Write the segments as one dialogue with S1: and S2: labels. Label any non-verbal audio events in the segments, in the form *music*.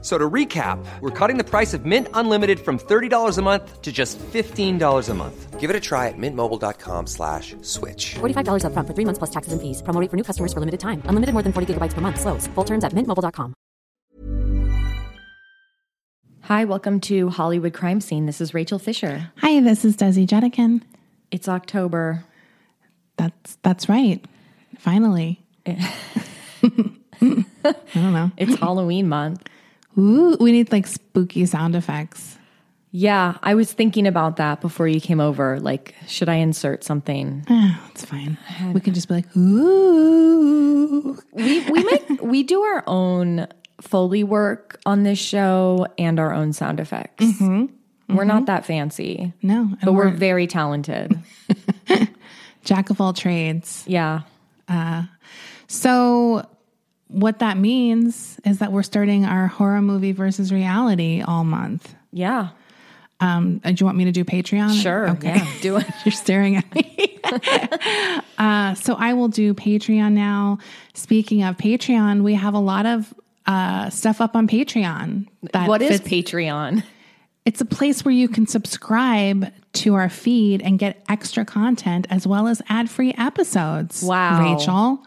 S1: So to recap, we're cutting the price of Mint Unlimited from $30 a month to just $15 a month. Give it a try at mintmobile.com slash switch.
S2: $45 upfront for three months plus taxes and fees. Promo rate for new customers for limited time. Unlimited more than 40 gigabytes per month. Slows. Full terms at mintmobile.com.
S3: Hi, welcome to Hollywood Crime Scene. This is Rachel Fisher.
S4: Hi, this is Desi Jetikin.
S3: It's October.
S4: That's that's right.
S3: *laughs*
S4: Finally. *laughs* I don't know.
S3: *laughs* It's Halloween month.
S4: Ooh, we need like spooky sound effects.
S3: Yeah, I was thinking about that before you came over. Like, should I insert something?
S4: Ah, it's fine. We can just be like, ooh.
S3: We *laughs* we make we do our own foley work on this show and our own sound effects. We're not that fancy,
S4: No, and
S3: but
S4: we're,
S3: Mm-hmm. we're very talented.
S4: jack of all trades.
S3: yeah.
S4: So what that means is that we're starting our horror movie versus reality all month.
S3: Yeah.
S4: Um, do you want me to do Patreon?
S3: Sure.
S4: Okay.
S3: Yeah. Do it.
S4: *laughs* You're staring at me. *laughs* uh, so I will do Patreon now. Speaking of Patreon, we have a lot of uh, stuff up on Patreon. That
S3: what is
S4: fits-
S3: Patreon?
S4: It's a place where you can subscribe to our feed and get extra content as well as ad free episodes.
S3: Wow.
S4: Rachel.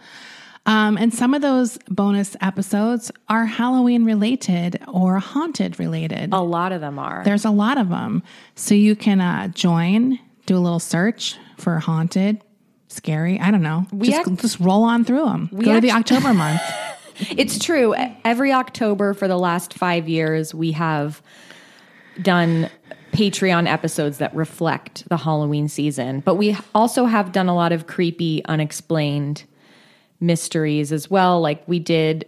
S4: Um, and some of those bonus episodes are Halloween related or haunted related.
S3: A lot of them are.
S4: There's a lot of them. So you can uh, join, do a little search for haunted, scary. I don't know. just,
S3: act-
S4: just roll on through them. Go to the October
S3: *laughs*
S4: month.
S3: It's true. Every October for the last five years, we have done Patreon episodes that reflect the Halloween season. But we also have done a lot of creepy, unexplained mysteries as well. Like we did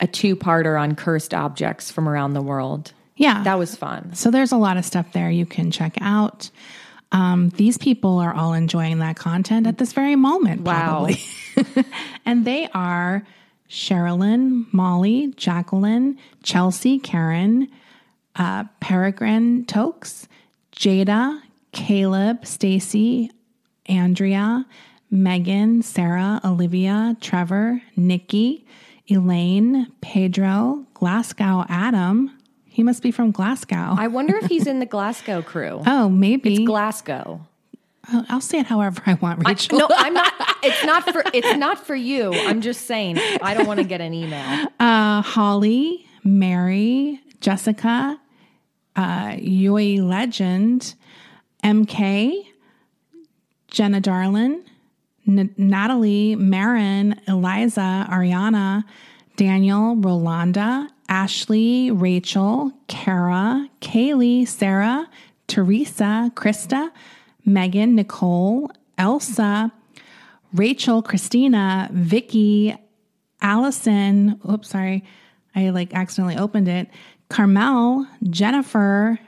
S3: a two parter on cursed objects from around the world.
S4: Yeah.
S3: That was fun.
S4: so there's a lot of stuff there you can check out. Um, these people are all enjoying that content at this very moment.
S3: Wow.
S4: probably. and they are Sherilyn, Molly, Jacqueline, Chelsea, Karen, uh, Peregrine Tokes, Jada, Caleb, Stacy, Andrea, Megan, Sarah, Olivia, Trevor, Nikki, Elaine, Pedro, Glasgow, Adam. He must be from Glasgow.
S3: I wonder if he's in the Glasgow crew.
S4: oh, maybe.
S3: Glasgow.
S4: I'll- I'll say it however I want, Rachel.
S3: No, I'm not. It's not for. It's not for you. I'm just saying. I don't want to get an email.
S4: uh, Holly, Mary, Jessica, uh, Yui Legend, MK, Jenna Darlin, N- Natalie, Marin, Eliza, Ariana, Daniel, Rolanda, Ashley, Rachel, Kara, Kaylee, Sarah, Teresa, Krista, Megan, Nicole, Elsa, Rachel, Christina, Vicky, Allison, oops, sorry, I like accidentally opened it. Carmel, Jennifer,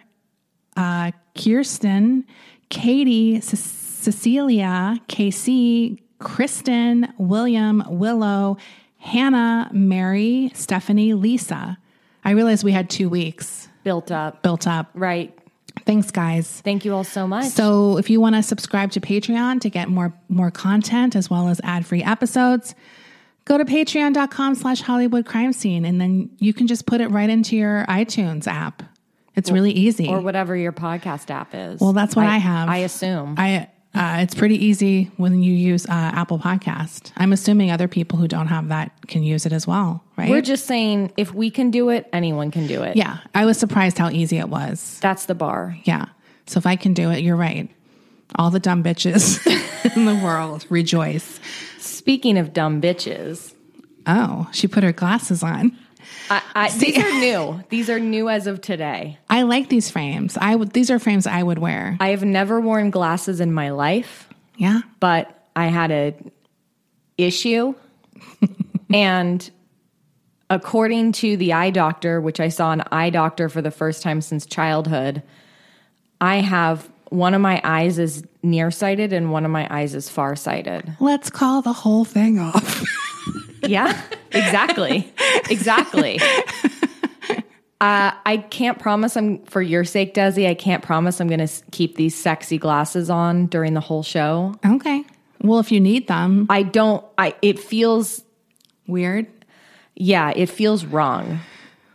S4: uh, Kirsten, Katie, Ce- Cecilia, KC, Kristen, William, Willow, Hannah, Mary, Stephanie, Lisa. I realized we had two weeks
S3: Built up.
S4: built up.
S3: Right.
S4: Thanks, guys.
S3: Thank you all so much.
S4: So if you want to subscribe to Patreon to get more more content as well as ad-free episodes, go to patreon.com slash Hollywood Crime Scene and then you can just put it right into your iTunes app. It's really easy.
S3: or whatever your podcast app is.
S4: well, that's what I, have.
S3: I assume.
S4: I uh, it's pretty easy when you use uh, Apple Podcast. I'm assuming other people who don't have that can use it as well, right?
S3: We're just saying if we can do it, anyone can do it.
S4: yeah, I was surprised how easy it was.
S3: That's the bar.
S4: Yeah. So if I can do it, you're right. All the dumb bitches *laughs* in the world rejoice.
S3: Speaking of dumb bitches,
S4: Oh, she put her glasses on.
S3: I, I, these are new. These are new as of today.
S4: I like these frames. I would these are frames I would wear.
S3: I have never worn glasses in my life,
S4: Yeah.
S3: but I had a *laughs* issue and according to the eye doctor, which I saw an eye doctor for the first time since childhood, I have one of my eyes is nearsighted and one of my eyes is farsighted.
S4: Let's call the whole thing off.
S3: Yeah. Exactly. Exactly. *laughs* Uh, I can't promise I'm for your sake, Desi. I can't promise I'm going to keep these sexy glasses on during the whole show.
S4: Okay. Well, if you need them,
S3: I don't. I it feels
S4: weird.
S3: yeah, it feels wrong,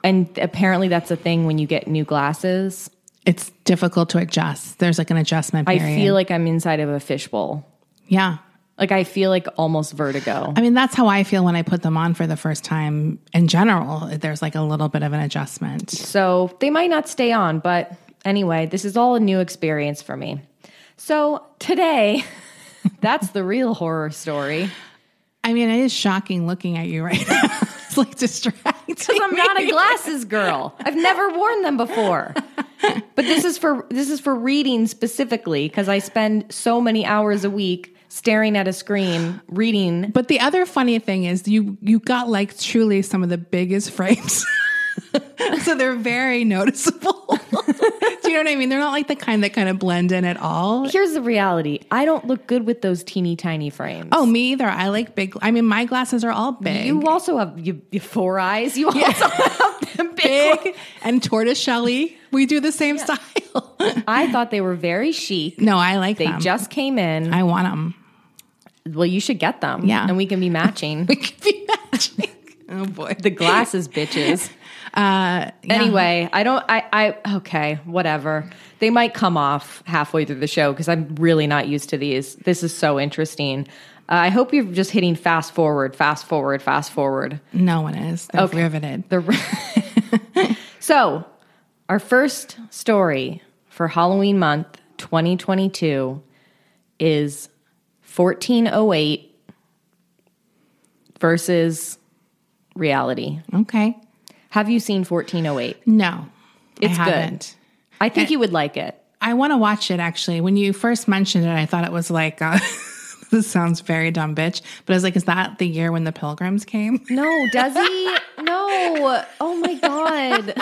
S3: and apparently that's a thing when you get new glasses.
S4: It's difficult to adjust. There's like an adjustment
S3: I
S4: period.
S3: feel like I'm inside of a fishbowl.
S4: yeah.
S3: Like I feel like almost vertigo.
S4: I mean, that's how I feel when I put them on for the first time in general. There's like a little bit of an adjustment.
S3: So they might not stay on, but anyway, this is all a new experience for me. So today, *laughs* that's the real horror story.
S4: I mean, it is shocking looking at you right *laughs* now. it's like
S3: *laughs*
S4: distracting.
S3: Because I'm not
S4: *laughs*
S3: a glasses girl. I've never worn them before. But this is for this is for reading specifically because I spend so many hours a week staring at a screen reading.
S4: But the other funny thing is you you got like truly some of the biggest frames. *laughs* so they're very noticeable. *laughs* Do you know what I mean? They're not like the kind that kind of blend in at all.
S3: Here's the reality: I don't look good with those teeny tiny frames.
S4: Oh, me either. I like big. I mean, my glasses are all big.
S3: you also have you, you four eyes. You also *laughs* have them big.
S4: big and tortoiseshelly. We do the same style. *laughs*
S3: I thought they were very chic.
S4: no, I like
S3: They
S4: them.
S3: just came in.
S4: Um, I want *laughs* them.
S3: well, you should get them.
S4: Yeah.
S3: and we can be
S4: *laughs*
S3: matching
S4: We could be matching. oh boy.
S3: the glasses, bitches.
S4: Uh, yeah.
S3: Anyway, I don't. I, I okay, whatever. They might come off halfway through the show because I'm really not used to these. This is so interesting. Uh, I hope you're just hitting fast forward, fast forward, fast forward.
S4: no one is. They're riveted.
S3: The- *laughs* so, our first story for Halloween month 2022 is 1408 versus reality.
S4: Okay.
S3: Have you seen 1408?
S4: No,
S3: It's
S4: I
S3: good.
S4: haven't.
S3: I think you would like it.
S4: I want to watch it actually. When you first mentioned it, I thought it was like, uh, *laughs* this sounds very dumb, bitch. But I was like, is that the year when the pilgrims came? *laughs*
S3: No, Desi, *laughs* no. Oh my God.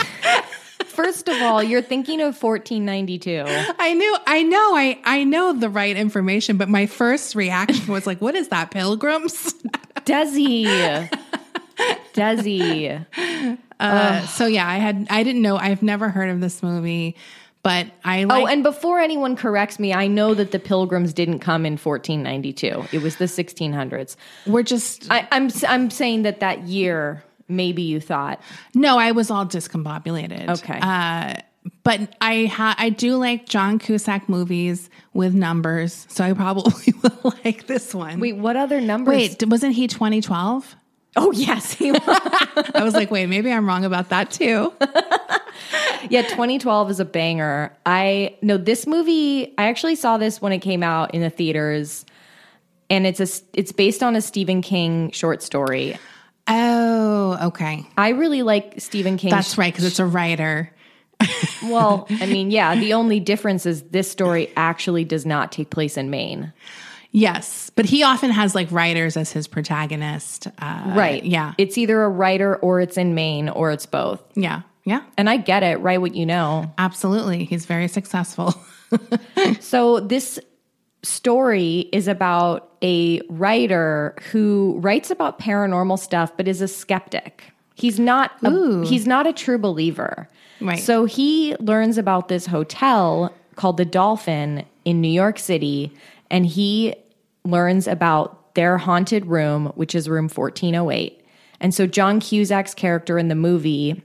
S3: First of all, you're thinking of 1492.
S4: I knew, I know, I I know the right information, but my first reaction was like, what is that, pilgrims? *laughs*
S3: Desi. Desi.
S4: Uh, so yeah, I had, I didn't know, I've never heard of this movie, but I like.
S3: Oh, and before anyone corrects me, I know that the pilgrims didn't come in 1492. It was the 1600s.
S4: we're just
S3: I, I'm, s- I'm saying that that year, maybe you thought.
S4: no, I was all discombobulated.
S3: Okay.
S4: Uh, but I ha- I do like John Cusack movies with numbers, so I probably *laughs* will like this one.
S3: Wait, what other numbers?
S4: Wait, d- wasn't he 2012?
S3: Oh, yes.
S4: *laughs*
S3: he was.
S4: I was like, wait, maybe I'm wrong about that too.
S3: Yeah, 2012 is a banger. I know this movie. I actually saw this when it came out in the theaters, and it's a it's based on a Stephen King short story.
S4: Oh, okay.
S3: I really like Stephen King.
S4: That's right, because it's a writer. *laughs*
S3: well, I mean, yeah. The only difference is this story actually does not take place in Maine.
S4: Yes, but he often has like writers as his protagonist. Uh,
S3: Right.
S4: yeah.
S3: It's either a writer or it's in Maine or it's both.
S4: yeah, yeah,
S3: And I get it. Write what you know.
S4: absolutely. He's very successful. *laughs*
S3: So this story is about a writer who writes about paranormal stuff but is a skeptic. He's not a, he's not a true believer.
S4: Right.
S3: So he learns about this hotel called the Dolphin in New York City and he learns about their haunted room which is room 1408. And so John Cusack's character in the movie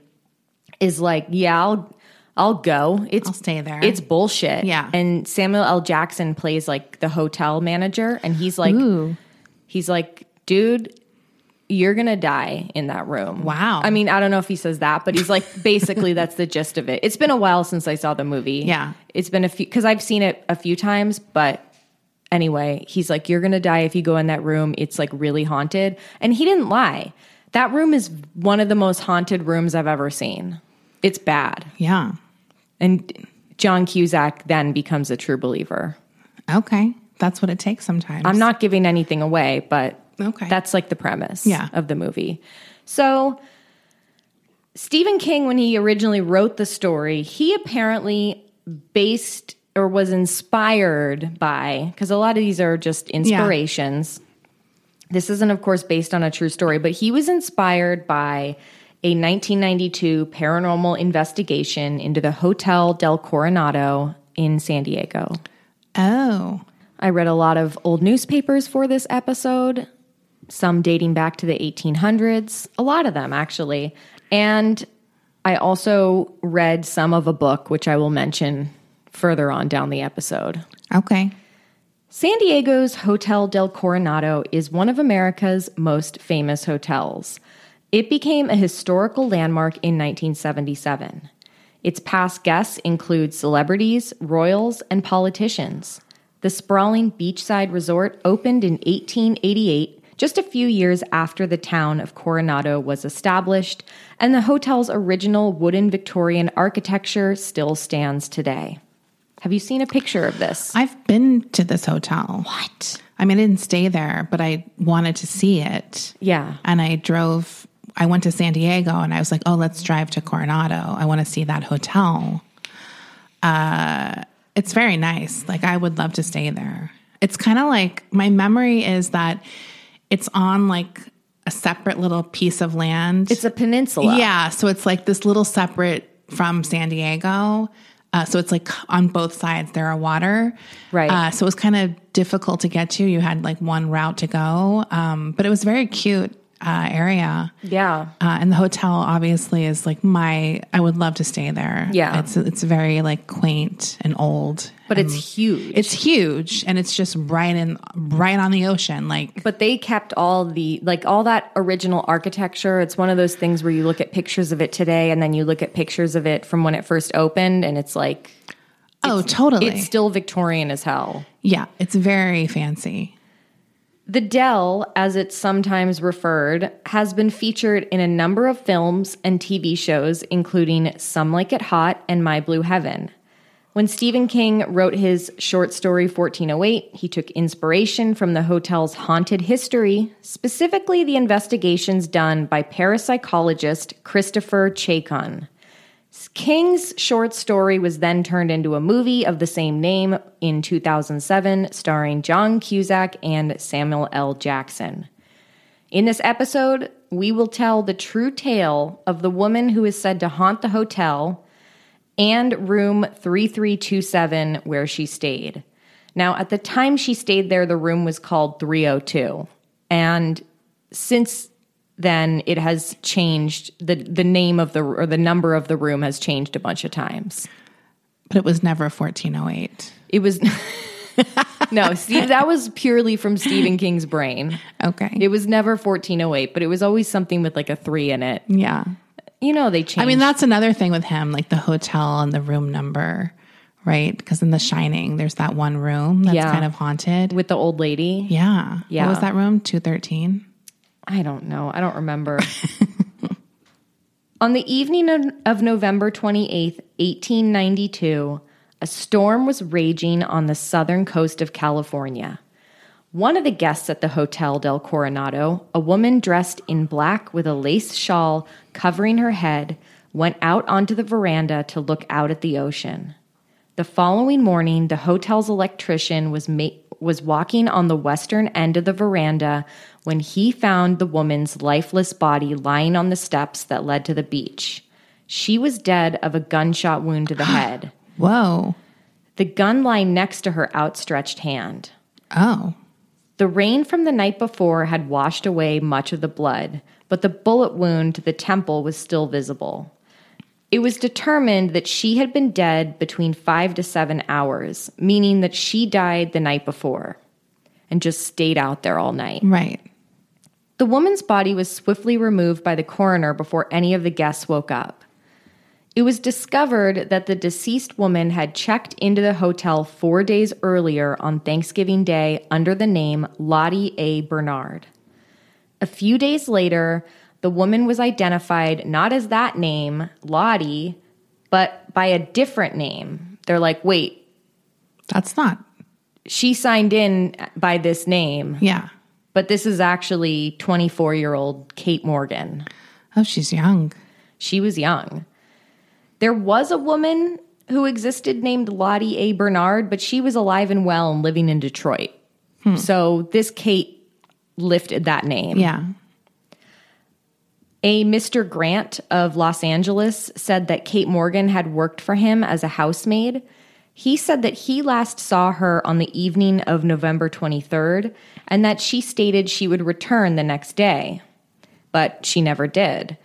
S3: is like, yeah, I'll I'll go. It's
S4: I'll stay there.
S3: It's bullshit.
S4: Yeah.
S3: And Samuel L. Jackson plays like the hotel manager, and he's like, he's like, dude, you're gonna die in that room.
S4: Wow.
S3: I mean, I don't know if he says that, but he's
S4: *laughs*
S3: like, basically, that's the gist of it. It's been a while since I saw the movie.
S4: Yeah.
S3: It's been a few because I've seen it a few times, but. Anyway, he's like, You're gonna die if you go in that room. It's like really haunted. And he didn't lie. That room is one of the most haunted rooms I've ever seen. It's bad.
S4: yeah.
S3: And John Cusack then becomes a true believer.
S4: Okay. That's what it takes sometimes.
S3: I'm not giving anything away, but
S4: Okay.
S3: that's like the premise
S4: Yeah.
S3: of the movie. So Stephen King, when he originally wrote the story, he apparently based or was inspired by, because a lot of these are just inspirations. This isn't, of course, based on a true story, but he was inspired by a 1992 paranormal investigation into the Hotel del Coronado in San Diego.
S4: Oh,
S3: I read a lot of old newspapers for this episode, some dating back to the 1800s, a lot of them actually. And I also read some of a book, which I will mention further on down the episode.
S4: okay.
S3: San Diego's Hotel del Coronado is one of America's most famous hotels. It became a historical landmark in 1977. Its past guests include celebrities, royals, and politicians. The sprawling beachside resort opened in 1888, just a few years after the town of Coronado was established, and the hotel's original wooden Victorian architecture still stands today. Have you seen a picture of this?
S4: I've been to this hotel. What? I mean, I didn't stay there, but I wanted to see it.
S3: Yeah.
S4: And I drove, I went to San Diego and I was like, oh, let's drive to Coronado. I want to see that hotel. Uh, it's very nice. Like, I would love to stay there. It's kind of like my memory is that it's on like a separate little piece of land.
S3: It's a peninsula.
S4: Yeah, so it's like this little separate from San Diego. Uh, so it's like on both sides there are water,
S3: Right.
S4: Uh, so it was kind of difficult to get to. You had like one route to go, um, but it was a very cute uh, area.
S3: Yeah.
S4: Uh, and the hotel obviously is like my. I would love to stay there.
S3: Yeah.
S4: it's it's very like quaint and old,
S3: But Um, it's huge.
S4: it's huge and it's just right in right on the ocean. Like
S3: but they kept all the like all that original architecture. It's one of those things where you look at pictures of it today and then you look at pictures of it from when it first opened and it's like
S4: oh, totally.
S3: it's still Victorian as hell.
S4: yeah, it's very fancy.
S3: The Dell, as it's sometimes referred, has been featured in a number of films and TV shows, including Some Like It Hot and My Blue Heaven. When Stephen King wrote his short story 1408, he took inspiration from the hotel's haunted history, specifically the investigations done by parapsychologist Christopher Chacon. King's short story was then turned into a movie of the same name in 2007, starring John Cusack and Samuel L. Jackson. In this episode, we will tell the true tale of the woman who is said to haunt the hotel and room 3327 where she stayed. Now, at the time she stayed there, the room was called 302. And since then, it has changed. The, the name of the, or the number of the room has changed a bunch of times.
S4: but it was never 1408.
S3: It was, *laughs* no, Steve, that was purely from Stephen King's brain.
S4: Okay.
S3: It was never 1408, but it was always something with like a three in it.
S4: yeah.
S3: You know, they changed.
S4: I mean, that's another thing with him, like the hotel and the room number, right? Because in The Shining, there's that one room that's
S3: Yeah.
S4: kind of haunted.
S3: with the old lady.
S4: yeah.
S3: Yeah.
S4: What was that room? 213?
S3: I don't know. I don't
S4: *laughs*
S3: remember. On the evening of, of November 28th, 1892, a storm was raging on the southern coast of California. One of the guests at the Hotel del Coronado, a woman dressed in black with a lace shawl covering her head, went out onto the veranda to look out at the ocean. The following morning, the hotel's electrician was ma- was walking on the western end of the veranda when he found the woman's lifeless body lying on the steps that led to the beach. She was dead of a gunshot wound to the head.
S4: Whoa.
S3: The gun lying next to her outstretched hand.
S4: Oh.
S3: The rain from the night before had washed away much of the blood, but the bullet wound to the temple was still visible. It was determined that she had been dead between five to seven hours, meaning that she died the night before and just stayed out there all night.
S4: Right.
S3: The woman's body was swiftly removed by the coroner before any of the guests woke up. It was discovered that the deceased woman had checked into the hotel four days earlier on Thanksgiving Day under the name Lottie A. Bernard. A few days later, the woman was identified not as that name, Lottie, but by a different name. They're like, wait,
S4: That's not.
S3: she signed in by this name,
S4: Yeah.
S3: but this is actually 24 year old Kate Morgan.
S4: Oh, she's young.
S3: She was young. There was a woman who existed named Lottie A. Bernard, but she was alive and well and living in Detroit. So this Kate lifted that name.
S4: Yeah.
S3: A Mr. Grant of Los Angeles said that Kate Morgan had worked for him as a housemaid. He said that he last saw her on the evening of November 23rd and that she stated she would return the next day, but she never did.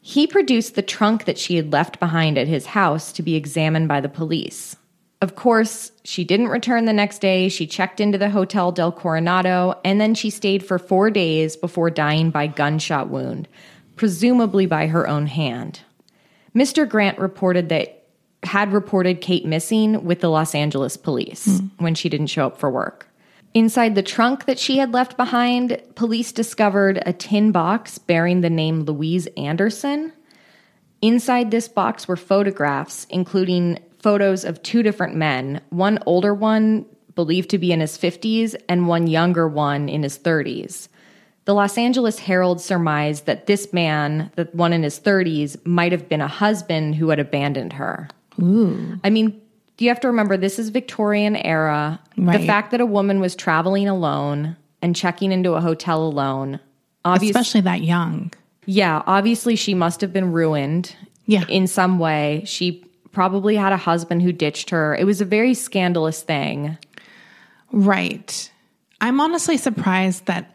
S3: He produced the trunk that she had left behind at his house to be examined by the police. Of course, she didn't return the next day. She checked into the Hotel Del Coronado and then she stayed for four days before dying by gunshot wound, presumably by her own hand. Mr. Grant reported that had reported Kate missing with the Los Angeles police when she didn't show up for work. Inside the trunk that she had left behind, police discovered a tin box bearing the name Louise Anderson. Inside this box were photographs, including photos of two different men, one older one believed to be in his 50s and one younger one in his 30s. The Los Angeles Herald surmised that this man, the one in his 30s, might have been a husband who had abandoned her. I mean, you have to remember this is Victorian era. The
S4: Right.
S3: fact that a woman was traveling alone and checking into a hotel alone, obviously,
S4: Especially that young.
S3: yeah, obviously she must have been ruined.
S4: Yeah.
S3: in some way, she probably had a husband who ditched her. It was a very scandalous thing.
S4: Right. I'm honestly surprised that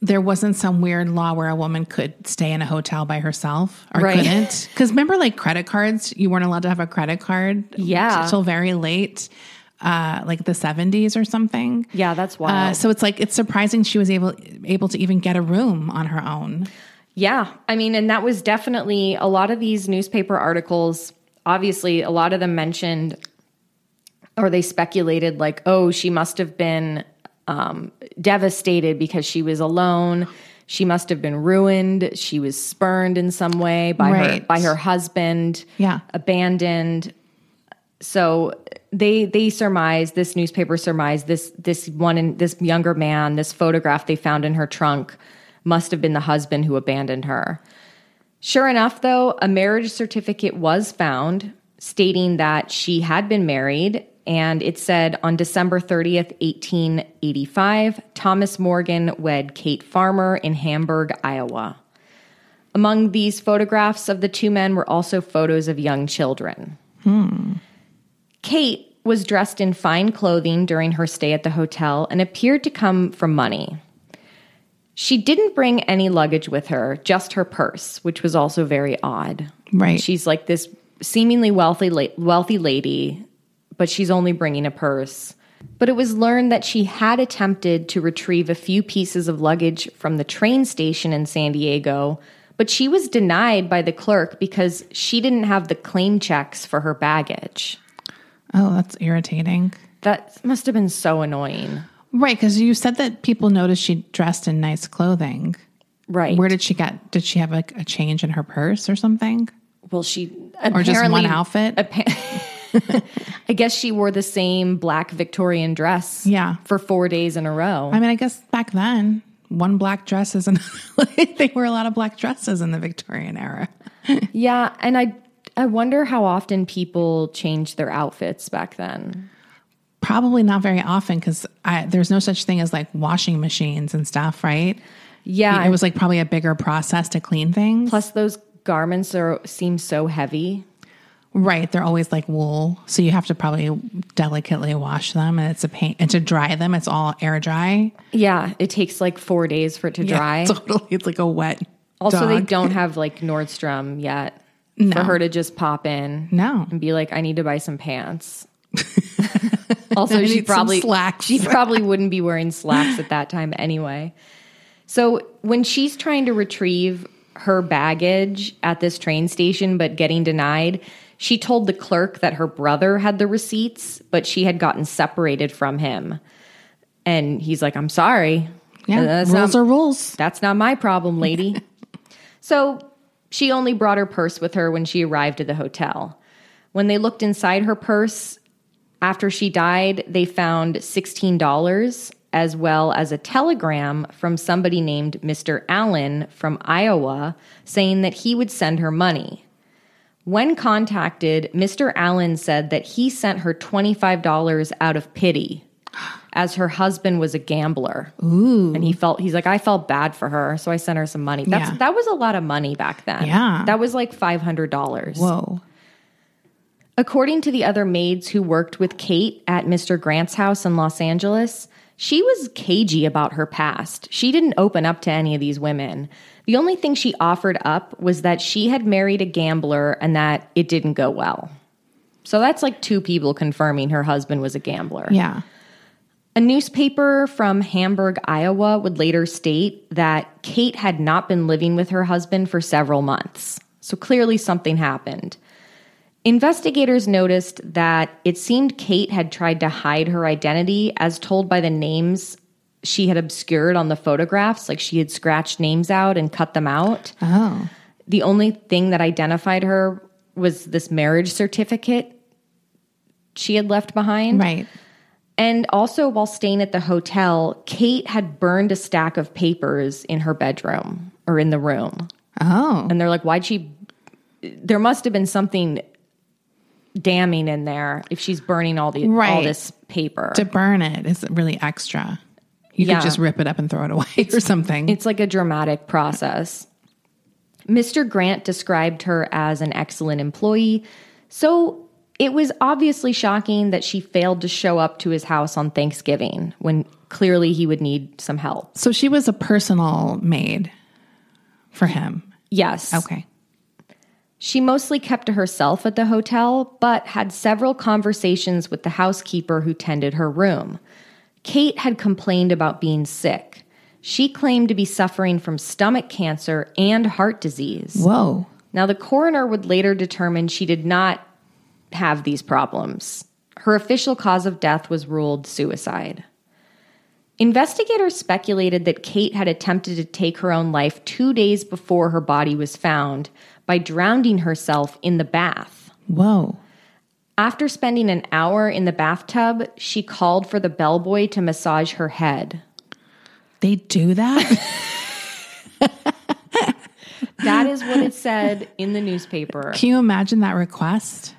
S4: there wasn't some weird law where a woman could stay in a hotel by herself or
S3: Right. *laughs*
S4: couldn't. Because remember, like credit cards, you weren't allowed to have a credit card
S3: Yeah.
S4: until very late, uh, like the 70s or something.
S3: Yeah, that's wild.
S4: Uh, so it's like it's surprising she was able able to even get a room on her own.
S3: Yeah. I mean, and that was definitely a lot of these newspaper articles, obviously, a lot of them mentioned or they speculated, like, oh, she must have been um, devastated because she was alone. She must have been ruined. She was spurned in some way by her
S4: Right.
S3: by her husband.
S4: Yeah.
S3: abandoned. So they they surmised this newspaper surmised this this one in, this younger man this photograph they found in her trunk must have been the husband who abandoned her. Sure enough, though, a marriage certificate was found stating that she had been married. And it said on December 30th, 1885, Thomas Morgan wed Kate Farmer in Hamburg, Iowa. Among these photographs of the two men were also photos of young children. Kate was dressed in fine clothing during her stay at the hotel and appeared to come from money. She didn't bring any luggage with her, just her purse, which was also very odd.
S4: Right.
S3: She's like this seemingly wealthy la- wealthy lady, but she's only bringing a purse. But it was learned that she had attempted to retrieve a few pieces of luggage from the train station in San Diego, but she was denied by the clerk because she didn't have the claim checks for her baggage.
S4: Oh, that's irritating.
S3: That must have been so annoying.
S4: Right, because you said that people noticed she dressed in nice clothing.
S3: Right.
S4: Where did she get? Did she have like a change in her purse or something?
S3: well, she
S4: Or just one
S3: apparently-
S4: outfit?
S3: *laughs* I guess she wore the same black Victorian dress
S4: Yeah.
S3: for 4 days in a row.
S4: I mean, I guess back then, one black dress is another. *laughs* like, they were a lot of black dresses in the Victorian era.
S3: Yeah, and I I wonder how often people changed their outfits back then.
S4: Probably not very often because there's no such thing as like washing machines and stuff, right?
S3: Yeah,
S4: it
S3: and
S4: was like probably a bigger process to clean things.
S3: plus those garments are seem so heavy.
S4: right, they're always like wool, so you have to probably delicately wash them, and it's a pain. And to dry them, it's all air dry.
S3: Yeah, it takes like 4 days for it to
S4: Yeah,
S3: dry.
S4: totally, *laughs* it's like a wet.
S3: also they
S4: dog.
S3: don't have like Nordstrom yet for her to just pop in
S4: No.
S3: and be like I need to buy some
S4: *laughs*
S3: pants. also
S4: I
S3: she
S4: need some
S3: probably
S4: slacks.
S3: she probably wouldn't be wearing slacks at that time anyway. So when she's trying to retrieve her baggage at this train station but getting denied, she told the clerk that her brother had the receipts, but she had gotten separated from him. And he's like, "I'm sorry."
S4: Yeah,
S3: That's
S4: rules
S3: not-
S4: are rules.
S3: that's not my problem, lady. so she only brought her purse with her when she arrived at the hotel. When they looked inside her purse after she died, they found $16 as well as a telegram from somebody named Mr. Allen from Iowa saying that he would send her money. When
S4: *gasps*
S3: contacted, Mr. Allen said that he sent her $25 out of pity as her husband was a gambler. And he felt he's like I felt bad for her, so I sent her some money. That's
S4: Yeah.
S3: that was a lot of money back then.
S4: Yeah.
S3: That was like $500.
S4: Whoa.
S3: According to the other maids who worked with Kate at Mr. Grant's house in Los Angeles, she was cagey about her past. She didn't open up to any of these women. The only thing she offered up was that she had married a gambler and that it didn't go well. So that's like two people confirming her husband was a gambler.
S4: Yeah.
S3: A newspaper from Hamburg, Iowa would later state that Kate had not been living with her husband for several months. So clearly something happened. Investigators noticed that it seemed Kate had tried to hide her identity as told by the names she had obscured on the photographs, like she had scratched names out and cut them out.
S4: Oh.
S3: The only thing that identified her was this marriage certificate she had left behind.
S4: Right.
S3: And also, while staying at the hotel, Kate had burned a stack of papers in her bedroom or in the room.
S4: Oh.
S3: And they're like, why'd she? There must have been something damning in there if she's burning all the all
S4: Right.
S3: this paper.
S4: To burn it is really extra. You
S3: Yeah.
S4: could just rip it up and throw it away *laughs* or something.
S3: It's like a dramatic process. Mr. Grant described her as an excellent employee, so it was obviously shocking that she failed to show up to his house on Thanksgiving when clearly he would need some help.
S4: so she was a personal maid for him.
S3: Yes.
S4: Okay.
S3: She mostly kept to herself at the hotel, but had several conversations with the housekeeper who tended her room. Kate had complained about being sick. She claimed to be suffering from stomach cancer and heart disease.
S4: Whoa.
S3: Now, the coroner would later determine she did not have these problems. Her official cause of death was ruled suicide. Investigators speculated that Kate had attempted to take her own life two days before her body was found by drowning herself in the bath.
S4: Whoa.
S3: After spending an hour in the bathtub, she called for the bellboy to massage her head.
S4: They
S3: *laughs*
S4: do that?
S3: That is what it said in the newspaper.
S4: Can you imagine that request?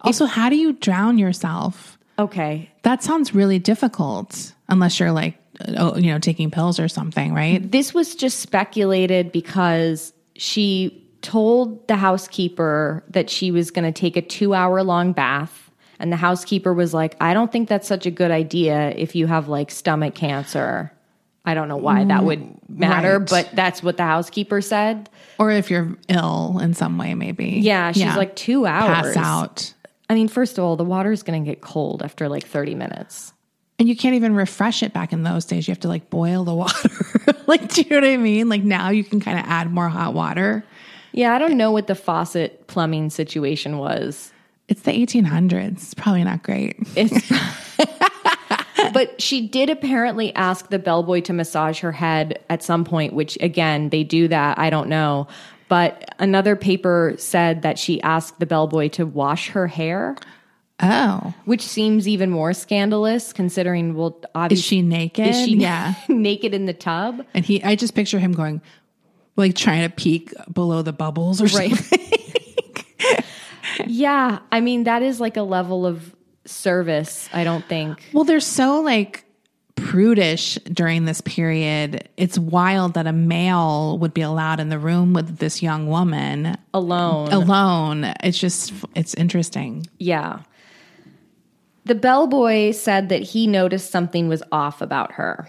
S4: Also, how do you drown yourself?
S3: Okay,
S4: That sounds really difficult unless you're like, oh, you know, taking pills or something, right?
S3: This was just speculated because she told the housekeeper that she was going to take a two hour long bath. And the housekeeper was like, I don't think that's such a good idea if you have like stomach cancer. I don't know why that would matter,
S4: Mm, Right.
S3: but that's what the housekeeper said.
S4: Or if you're ill in some way, maybe.
S3: Mm-hmm. Yeah, she's like, two hours.
S4: pass out.
S3: I mean, first of all, the water's going to get cold after like 30 minutes.
S4: And you can't even refresh it back in those days. You have to like boil the *laughs* water. like, do you know what I mean? Like now you can kind of add more hot water.
S3: Yeah, I don't know what the faucet plumbing situation was.
S4: It's the 1800s. It's probably not great.
S3: But she did apparently ask the bellboy to massage her head at some point, which again, they do that. I don't know. But another paper said that she asked the bellboy to wash her hair,
S4: Oh,
S3: which seems even more scandalous considering, well,
S4: is
S3: obviously,
S4: she naked?
S3: is she
S4: yeah.
S3: *laughs* naked in the tub?
S4: And he, I just picture him going, like trying to peek below the bubbles or something.
S3: *laughs* Yeah. I mean, that is like a level of service, I don't think.
S4: Well, they're so like prudish during this period. It's wild that a male would be allowed in the room with this young woman
S3: Alone.
S4: alone. It's just, it's interesting.
S3: Yeah. The bellboy said that he noticed something was off about her.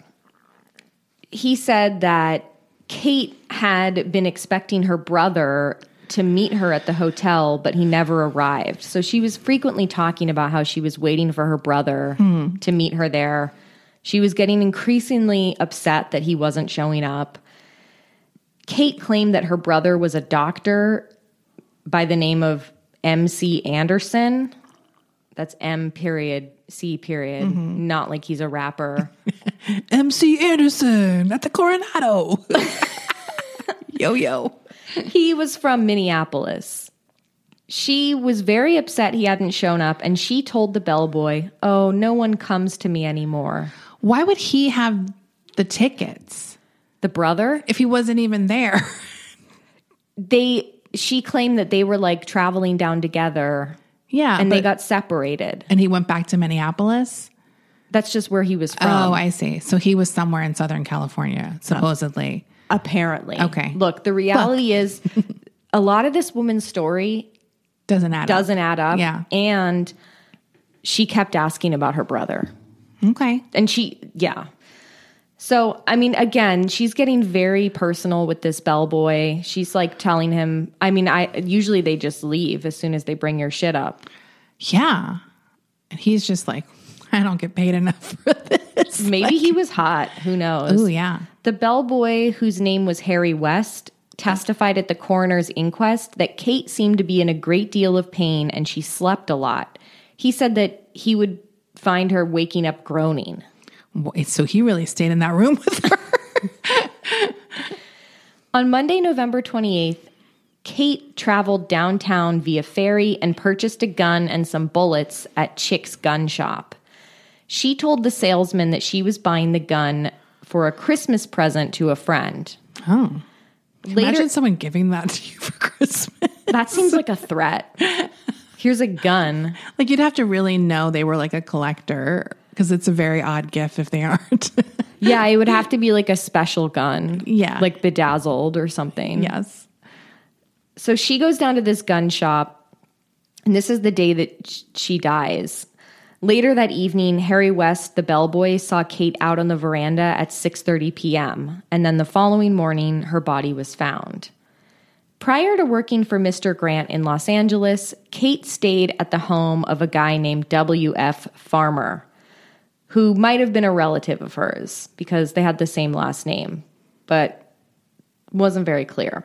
S3: He said that Kate had been expecting her brother to meet her at the hotel, but he never arrived. So she was frequently talking about how she was waiting for her brother to meet her there. She was getting increasingly upset that he wasn't showing up. Kate claimed that her brother was a doctor by the name of MC Anderson. That's M period C period,
S4: Mm-hmm.
S3: not like he's a rapper. *laughs*
S4: MC Anderson at the *laughs* Coronado. yo, yo.
S3: he was from Minneapolis. She was very upset he hadn't shown up, and she told the bellboy, Oh, no one comes to me anymore.
S4: Why would he have the tickets
S3: The brother,
S4: if he wasn't even there?
S3: they, she claimed that they were like traveling down together
S4: yeah.
S3: and they
S4: Uh, but-
S3: got separated.
S4: and he went back to Minneapolis.
S3: That's just where he was from.
S4: Oh, I see. So he was somewhere in Southern California, supposedly.
S3: apparently.
S4: Okay.
S3: Look, the reality
S4: *laughs*
S3: is a lot of this woman's story
S4: Doesn't add. up.
S3: doesn't add up.
S4: Yeah.
S3: And she kept asking about her brother.
S4: Okay.
S3: And she, yeah. So, I mean, again, she's getting very personal with this bellboy. She's like telling him, I mean, I usually they just leave as soon as they bring your shit up.
S4: Yeah. And he's just like, I don't get paid enough for this.
S3: Maybe he was hot. Who knows?
S4: Oh yeah.
S3: The bellboy, whose name was Harry West, testified at the coroner's inquest that Kate seemed to be in a great deal of pain and she slept a lot. He said that he would find her waking up groaning.
S4: Wait, so he really stayed in that room with her.
S3: On Monday, November 28th, Kate traveled downtown via ferry and purchased a gun and some bullets at Chick's gun shop. She told the salesman that she was buying the gun for a Christmas present to a friend.
S4: Oh.
S3: Later,
S4: Imagine someone giving that to you for Christmas.
S3: that
S4: *laughs*
S3: seems like a threat. Here's a gun.
S4: Like you'd have to really know they were like a collector because it's a very odd gift if they *laughs* aren't.
S3: Yeah, it would have to be like a special gun.
S4: Yeah.
S3: Like bedazzled or something.
S4: yes.
S3: So she goes down to this gun shop, and this is the day that sh- she dies. Later that evening, Harry West, the bellboy, saw Kate out on the veranda at 6:30 p.m., and then the following morning her body was found. Prior to working for Mr. Grant in Los Angeles, Kate stayed at the home of a guy named W.F. Farmer, who might have been a relative of hers because they had the same last name, but wasn't very clear.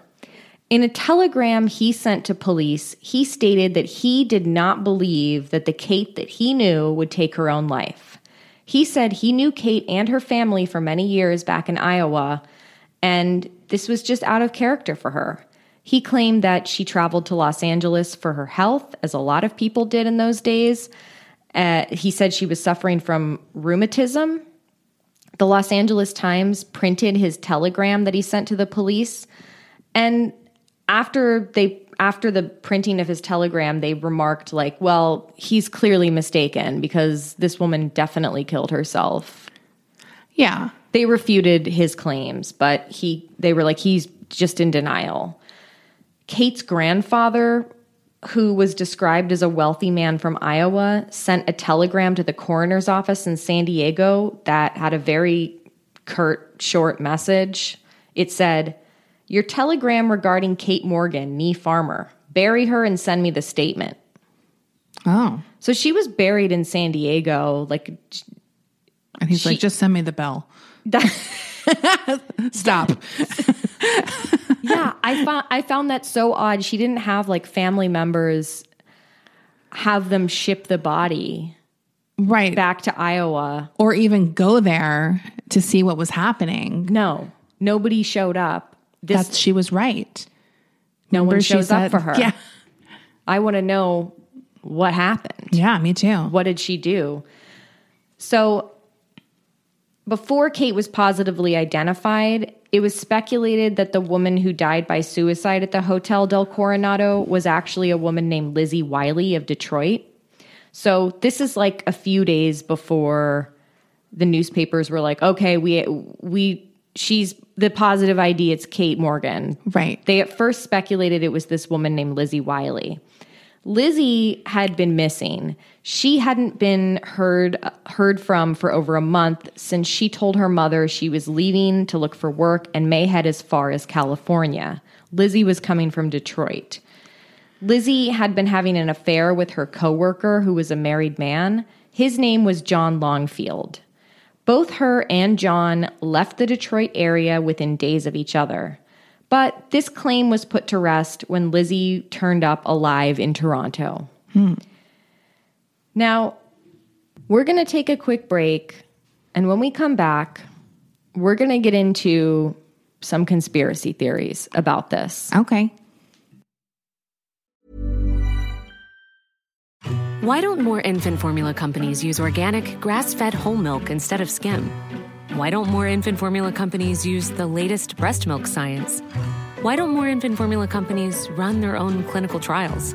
S3: In a telegram he sent to police, he stated that he did not believe that the Kate that he knew would take her own life. He said he knew Kate and her family for many years back in Iowa, and this was just out of character for her. He claimed that she traveled to Los Angeles for her health, as a lot of people did in those days. Uh, he said she was suffering from rheumatism, the Los Angeles Times printed his telegram that he sent to the police and after they after the printing of his telegram they remarked like well he's clearly mistaken because this woman definitely killed herself
S4: Yeah.
S3: they refuted his claims but he they were like he's just in denial kate's grandfather who was described as a wealthy man from iowa sent a telegram to the coroner's office in san diego that had a very curt short message it said your telegram regarding kate morgan nee farmer bury her and send me the statement
S4: Oh.
S3: so she was buried in san diego like
S4: And he's like, just send me the bell.
S3: that
S4: *laughs* Stop.
S3: yeah, I found I found that so odd. She didn't have like family members have them ship the body
S4: right.
S3: back to Iowa.
S4: Or even go there to see what was happening.
S3: No, nobody showed up. This
S4: That's she was right.
S3: no one
S4: Remember she
S3: shows
S4: said-
S3: up for her.
S4: Yeah.
S3: I want to know what happened.
S4: Yeah, me too.
S3: What did she do? So before Kate was positively identified, it was speculated that the woman who died by suicide at the Hotel del Coronado was actually a woman named Lizzie Wiley of Detroit. So this is like a few days before the newspapers were like, "Okay, we we she's the positive ID. It's Kate Morgan."
S4: Right.
S3: They at first speculated it was this woman named Lizzie Wiley. Lizzie had been missing. She hadn't been heard heard from for over a month since she told her mother she was leaving to look for work and may head as far as California. Lizzie was coming from Detroit. Lizzie had been having an affair with her coworker who was a married man. His name was John Longfield. Both her and John left the Detroit area within days of each other. But this claim was put to rest when Lizzie turned up alive in Toronto. Now, we're going to take a quick break. And when we come back, we're going to get into some conspiracy theories about this.
S4: okay.
S5: Why don't more infant formula companies use organic, grass fed whole milk instead of skim? Why don't more infant formula companies use the latest breast milk science? Why don't more infant formula companies run their own clinical trials?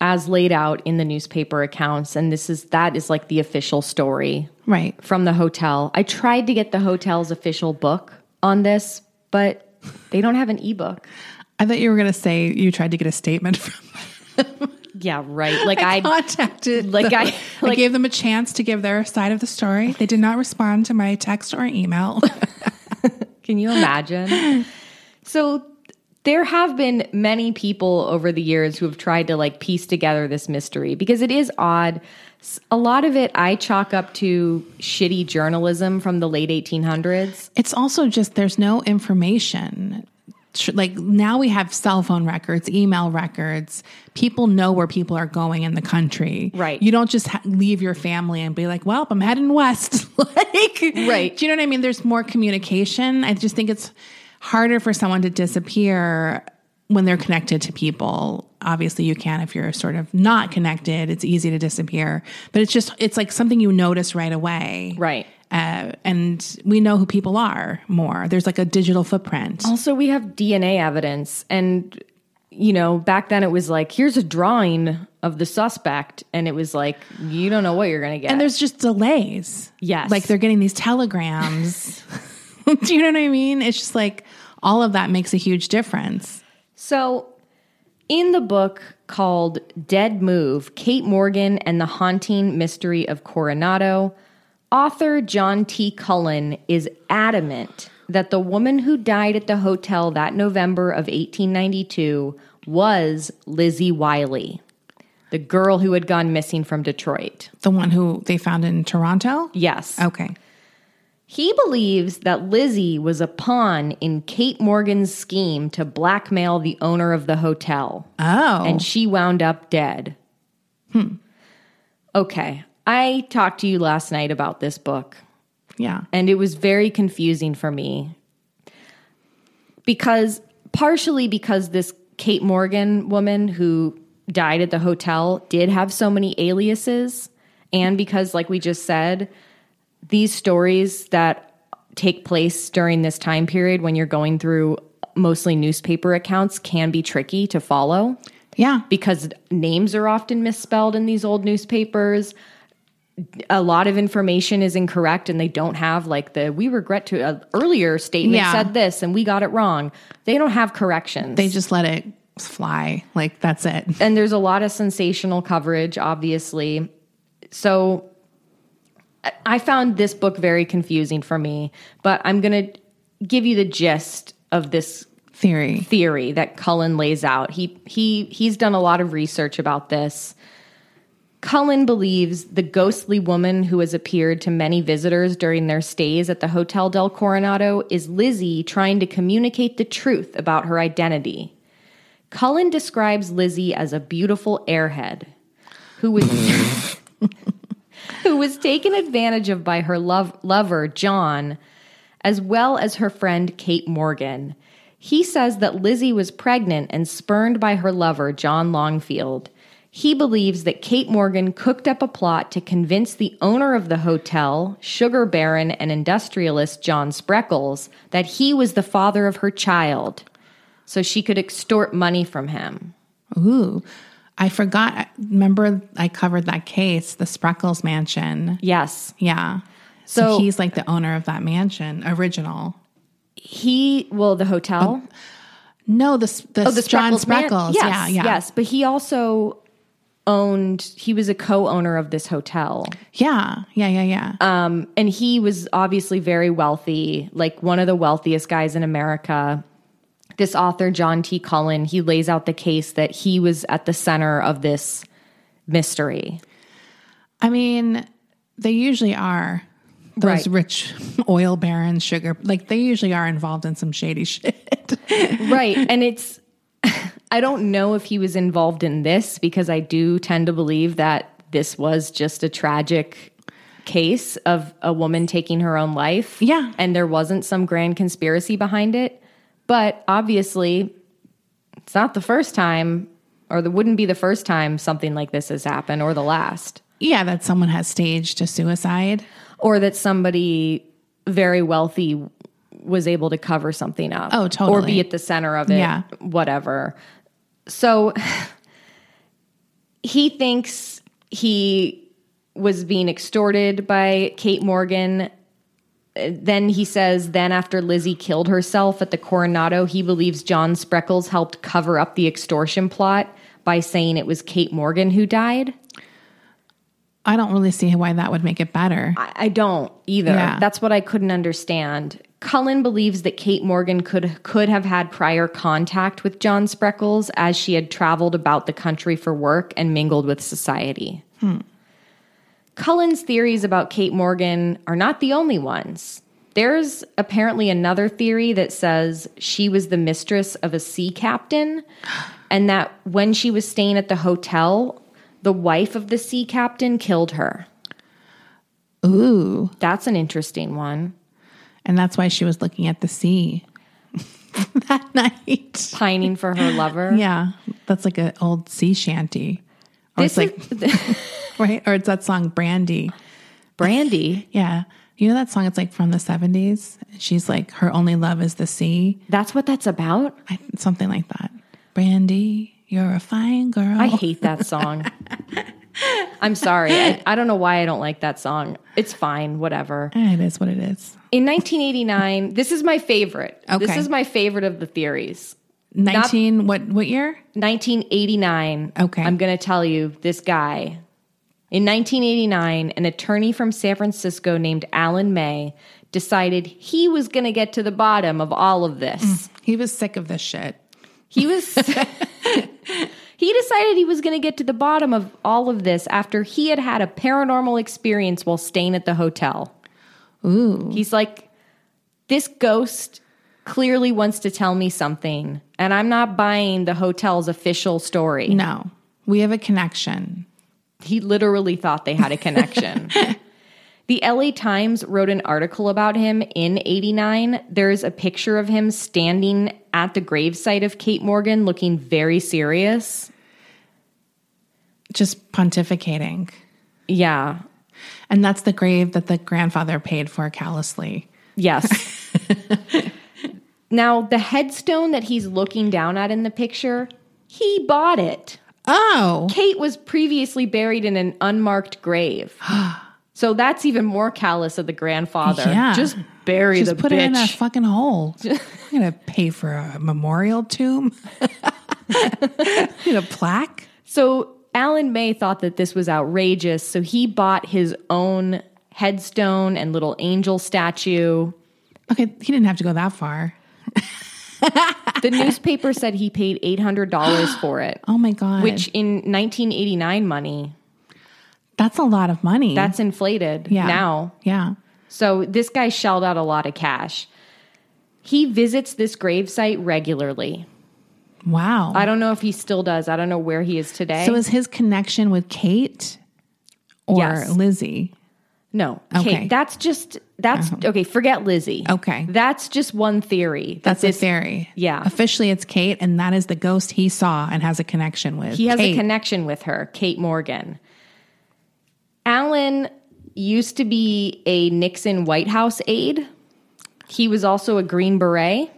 S3: as laid out in the newspaper accounts, and this is that is like the official story
S4: Right.
S3: from the hotel. I tried to get the hotel's official book on this, but they don't have an ebook.
S4: I thought you were going to say you tried to get a statement *laughs* from.
S3: Yeah, right. Like
S4: I,
S3: I,
S4: contacted.
S3: like
S4: them.
S3: I-
S4: I
S3: *laughs* like-
S4: gave them a chance to give their side of the story. They did not respond to my text or email. *laughs*
S3: Can you imagine? *laughs* so there have been many people over the years who have tried to like piece together this mystery because it is odd. S- A lot of it I chalk up to shitty journalism from the late 1800s.
S4: It's also just there's no information. Tr- Like now we have cell phone records, email records. People know where people are going in the country.
S3: Right.
S4: You don't just ha- leave your family and be like, "Well, I'm heading west." *laughs* like,
S3: Right.
S4: Do you know what I mean? There's more communication. I just think it's harder for someone to disappear when they're connected to people. Obviously, you can if you're sort of not connected. It's easy to disappear, but it's just it's like something you notice right away
S3: Right.
S4: uh, and we know who people are more. There's like a digital footprint.
S3: Also, we have DNA evidence. And, you know, back then it was like, here's a drawing of the suspect. And it was like, you don't know what you're going to get.
S4: And there's just delays.
S3: Yes.
S4: Like they're getting these telegrams. *laughs* Do you know what I mean? It's just like all of that makes a huge difference.
S3: So, in the book called Dead Move Kate Morgan and the Haunting Mystery of Coronado, author John T. Cullen is adamant that the woman who died at the hotel that November of 1892 was Lizzie Wiley, the girl who had gone missing from Detroit.
S4: The one who they found in Toronto?
S3: Yes.
S4: Okay.
S3: He believes that Lizzie was a pawn in Kate Morgan's scheme to blackmail the owner of the hotel.
S4: Oh.
S3: and she wound up dead. Hmm. Okay. I talked to you last night about this book,
S4: yeah.
S3: and it was very confusing for me because, partially because this Kate Morgan woman who died at the hotel did have so many aliases, and because, like we just said, these stories that take place during this time period when you're going through mostly newspaper accounts can be tricky to follow
S4: Yeah.
S3: because names are often misspelled in these old newspapers. A lot of information is incorrect, and they don't have like the we regret to uh, earlier statement
S4: Yeah.
S3: said this and we got it wrong. They don't have corrections.
S4: They just let it fly. Like that's it.
S3: and there's a lot of sensational coverage, obviously. So I- I found this book very confusing for me, but I'm going to give you the gist of this
S4: Theory.
S3: theory that Cullen lays out. He he he's done a lot of research about this. Cullen believes the ghostly woman who has appeared to many visitors during their stays at the Hotel del Coronado is Lizzie trying to communicate the truth about her identity. Cullen describes Lizzie as a beautiful airhead who was who was taken advantage of by her love, lover, John, as well as her friend, Kate Morgan. He says that Lizzie was pregnant and spurned by her lover, John Longfield. He believes that Kate Morgan cooked up a plot to convince the owner of the hotel, sugar baron and industrialist John Spreckles, that he was the father of her child so she could extort money from him.
S4: Ooh, I forgot. Remember, I covered that case, the Spreckles Mansion.
S3: Yes.
S4: Yeah.
S3: So,
S4: So, he's like the owner of that mansion, original.
S3: he, well, the hotel.
S4: No, the, s- the,
S3: Oh, the
S4: John
S3: Spreckles, man-
S4: Spreckles.
S3: Yes,
S4: yeah, yeah.
S3: Yes, but he also owned. He was a co-owner of this hotel,
S4: Yeah, yeah, yeah, yeah.
S3: and he was obviously very wealthy, like one of the wealthiest guys in America. This author, John T. Cullen, he lays out the case that he was at the center of this mystery.
S4: I mean, they usually are.
S3: Right.
S4: Those rich *laughs* oil barons, sugar, like they usually are involved in some shady *laughs* shit.
S3: right and it's *laughs* i don't know if he was involved in this because i do tend to believe that this was just a tragic case of a woman taking her own life
S4: Yeah.
S3: and there wasn't some grand conspiracy behind it but obviously it's not the first time or it wouldn't be the first time something like this has happened or the last
S4: yeah, that someone has staged a suicide.
S3: or that somebody very wealthy was able to cover something up.
S4: Oh,
S3: Or
S4: totally.
S3: be at the center of it.
S4: Yeah.
S3: Whatever. So *sighs* he thinks he was being extorted by Kate Morgan. Uh, Then he says, then after Lizzie killed herself at the Coronado, he believes John Spreckles helped cover up the extortion plot by saying it was Kate Morgan who died.
S4: I don't really see why that would make it better.
S3: I, I don't either.
S4: Yeah.
S3: That's what I couldn't understand. Cullen believes that Kate Morgan could could have had prior contact with John Spreckles as she had traveled about the country for work and mingled with society. Cullen's theories about Kate Morgan are not the only ones. There's apparently another theory that says she was the mistress of a sea captain, and that when she was staying at the hotel, the wife of the sea captain killed her.
S4: Ooh.
S3: That's an interesting one.
S4: And that's why she was looking at the sea that night.
S3: Pining for her lover.
S4: Yeah, that's like an old sea shanty. Or
S3: This
S4: it's
S3: *laughs*
S4: like,
S3: is
S4: right? Or it's that song Brandy.
S3: Brandy.
S4: Yeah. You know that song? It's like from the 70s. She's like, her only love is the sea,
S3: That's what that's about.
S4: I, something like that. Brandy, you're a fine girl.
S3: I hate that *laughs* song. I'm sorry. I, I don't know why I don't like that song. It's fine, whatever.
S4: Eh, It is what it is.
S3: In 1989, this is my favorite. This
S4: Okay.
S3: is my favorite of the theories.
S4: 19, what, what year?
S3: 1989.
S4: Okay.
S3: I'm going to tell you this guy. In 1989, an attorney from San Francisco named Alan May decided he was going to get to the bottom of all of this.
S4: He was sick of this shit.
S3: He was. *laughs* he decided he was going to get to the bottom of all of this after he had had a paranormal experience while staying at the hotel. Ooh. He's like, this ghost clearly wants to tell me something, and I'm not buying the hotel's official story.
S4: No, we have a connection.
S3: He literally thought they had a connection. the LA Times wrote an article about him in 89. There's a picture of him standing at the gravesite of Kate Morgan looking very serious.
S4: Just pontificating.
S3: Yeah.
S4: And that's the grave that the grandfather paid for callously. *laughs*
S3: Yes. now, the headstone that he's looking down at in the picture, he bought it.
S4: Oh,
S3: Kate was previously buried in an unmarked
S4: *gasps*
S3: grave. So that's even more callous of the grandfather.
S4: Yeah.
S3: Just bury
S4: just
S3: the
S4: put
S3: bitch.
S4: it in a fucking *laughs* hole. I'm gonna pay for a memorial *laughs* tomb. Need a plaque.
S3: So Alan May thought that this was outrageous, so he bought his own headstone and little angel statue.
S4: Okay, he didn't have to go that far. *laughs*
S3: The newspaper said he paid $800 for
S4: *gasps*
S3: it,
S4: Oh my god,
S3: which in 1989 money,
S4: that's a lot of money.
S3: that's inflated
S4: yeah.
S3: now.
S4: yeah.
S3: So this guy shelled out a lot of cash. He visits this gravesite regularly.
S4: Wow.
S3: I don't know if he still does. I don't know where he is today.
S4: so is his connection with Kate, or
S3: Yes.
S4: Lizzie.
S3: No. Okay.
S4: Okay. Uh-huh.
S3: That's just that's okay, forget Lizzie.
S4: Okay.
S3: That's just one theory.
S4: That's a
S3: this-
S4: theory.
S3: yeah.
S4: Officially, it's Kate, and that is the ghost he saw and has a connection with.
S3: He has
S4: Kate.
S3: a connection with her, Kate Morgan. Alan used to be a Nixon White House aide. He was also a Green Beret.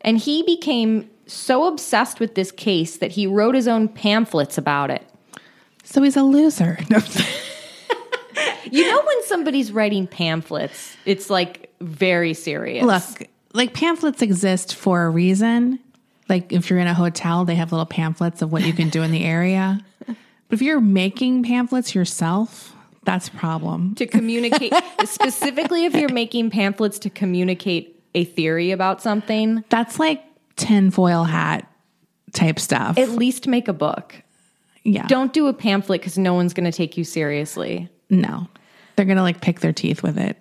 S3: And he became so obsessed with this case that he wrote his own pamphlets about it.
S4: So he's a loser. *laughs* No.
S3: You know, when somebody's writing pamphlets, it's like very serious.
S4: Look, like pamphlets exist for a reason. Like if you're in a hotel, they have little pamphlets of what you can do in the area. But if you're making pamphlets yourself, that's a problem.
S3: to communicate *laughs* specifically if you're making pamphlets to communicate a theory about something
S4: That's like tinfoil hat type stuff.
S3: at least make a book
S4: yeah.
S3: don't do a pamphlet because no one's going to take you seriously
S4: No. They're going to like pick their teeth with it.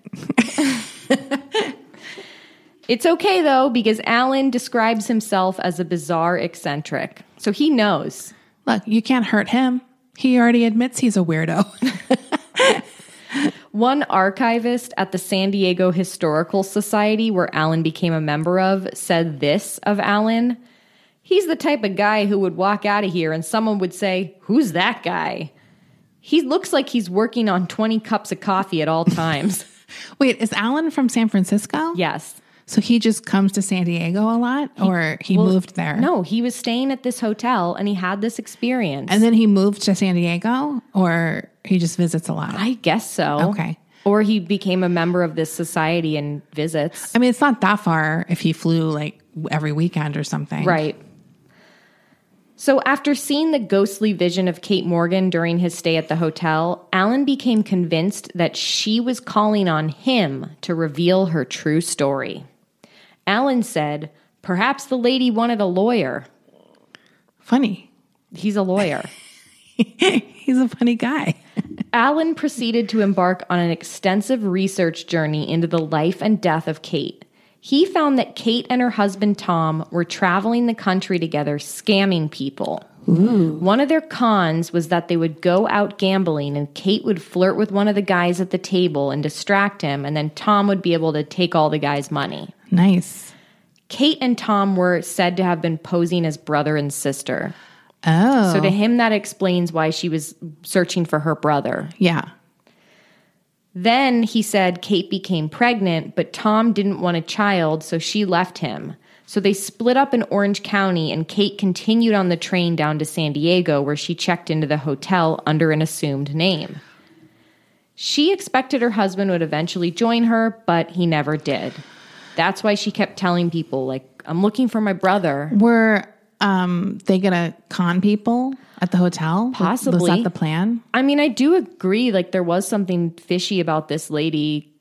S3: it's okay though because alan describes himself as a bizarre eccentric so he knows
S4: Look, you can't hurt him. He already admits he's a weirdo. *laughs*
S3: One archivist at the San Diego Historical Society, where Allen became a member of, said this of Allen He's the type of guy who would walk out of here and someone would say, Who's that guy? He looks like he's working on 20 cups of coffee at all times.
S4: Wait, is Alan from San Francisco?
S3: yes.
S4: So he just comes to San Diego a lot or he moved there?
S3: No, he was staying at this hotel and he had this experience.
S4: And then he moved to San Diego or he just visits a lot?
S3: I guess so.
S4: Okay.
S3: Or he became a member of this society and visits.
S4: I mean, it's not that far if he flew like every weekend or something.
S3: Right. So, after seeing the ghostly vision of Kate Morgan during his stay at the hotel, Alan became convinced that she was calling on him to reveal her true story. Alan said, Perhaps the lady wanted a lawyer.
S4: Funny. *laughs*
S3: He's a lawyer.
S4: He's a funny guy.
S3: Alan proceeded to embark on an extensive research journey into the life and death of Kate. He found that Kate and her husband Tom were traveling the country together scamming people. One of their cons was that they would go out gambling and Kate would flirt with one of the guys at the table and distract him, and then Tom would be able to take all the guy's money.
S4: Nice.
S3: Kate and Tom were said to have been posing as brother and sister.
S4: Oh.
S3: So to him, that explains why she was searching for her brother.
S4: yeah.
S3: Then he said Kate became pregnant, but Tom didn't want a child, so she left him. So they split up in Orange County, and Kate continued on the train down to San Diego, where she checked into the hotel under an assumed name. She expected her husband would eventually join her, but he never did. That's why she kept telling people, like, I'm looking for my brother.
S4: Were um, they going to con people at the hotel? Was
S3: Possibly.
S4: that the plan?
S3: I mean, I do agree. Like, there was something fishy about this lady.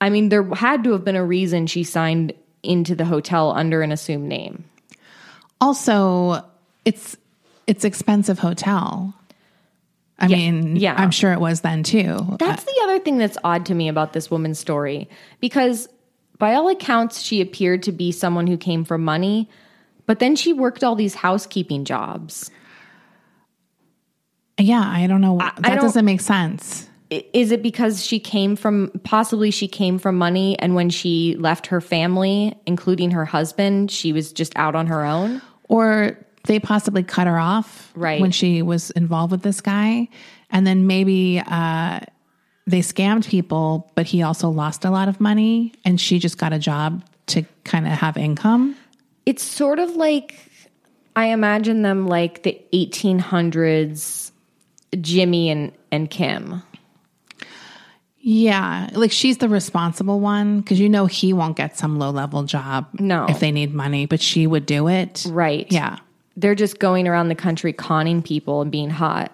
S3: I mean, there had to have been a reason she signed into the hotel under an assumed name.
S4: Also, it's it's expensive hotel. I mean,
S3: yeah.
S4: I'm sure it was then too.
S3: That's the other thing that's odd to me about this woman's story because, by all accounts, she appeared to be someone who came for money, but then she worked all these housekeeping jobs.
S4: Yeah, I don't know. that
S3: don't-
S4: doesn't make sense.
S3: I- Is it because she came from possibly she came from money, and when she left her family, including her husband, she was just out on her own?
S4: Or they possibly cut her off
S3: Right.
S4: when she was involved with this guy. And then maybe uh, they scammed people, but he also lost a lot of money and she just got a job to kind of have income.
S3: it's sort of like I imagine them like the 1800s Jimmy and and Kim.
S4: Yeah. Like she's the responsible one because you know he won't get some low level job
S3: No.
S4: if they need money, but she would do it.
S3: Right.
S4: Yeah.
S3: They're just going around the country conning people and being hot.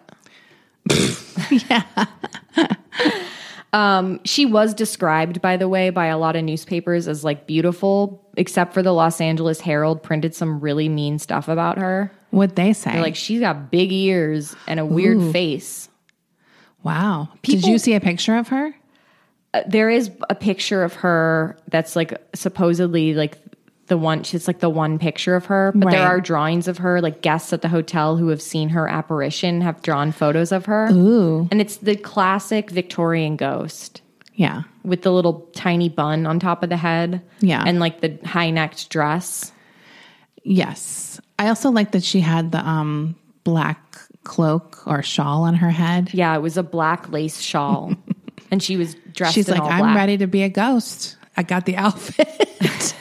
S3: yeah. um, she was described, by the way, by a lot of newspapers as like beautiful, except for the Los Angeles Herald printed some really mean stuff about her.
S4: What'd they say?
S3: Like she's got big ears and a weird face.
S4: wow. Did you see a picture of her?
S3: there is a picture of her that's like supposedly like the one it's like the one picture of her but there
S4: Right.
S3: are drawings of her like guests at the hotel who have seen her apparition have drawn photos of her
S4: Ooh.
S3: and it's the classic victorian ghost
S4: Yeah.
S3: with the little tiny bun on top of the head
S4: Yeah.
S3: and like the high-necked dress
S4: Yes. I also like that she had the um black cloak or shawl on her head.
S3: yeah it was a black lace
S4: *laughs*
S3: shawl and she was dressed
S4: She's
S3: in
S4: like,
S3: all
S4: I'm
S3: black.
S4: ready to be a ghost. I got the *laughs* outfit.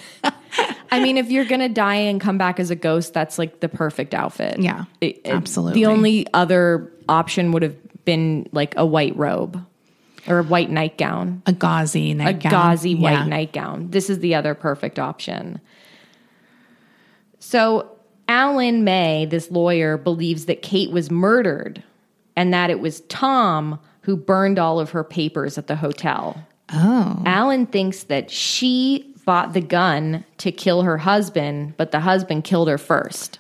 S3: I mean, if you're gonna die and come back as a ghost, that's like the perfect outfit.
S4: Yeah, absolutely.
S3: The only other option would have been like a white robe or a white nightgown,
S4: a gauzy
S3: a
S4: nightgown.
S3: gauzy white
S4: Yeah.
S3: nightgown. This is the other perfect option. So, Alan May, this lawyer, believes that Kate was murdered and that it was Tom who burned all of her papers at the hotel.
S4: Oh.
S3: Alan thinks that she bought the gun to kill her husband, but the husband killed her first.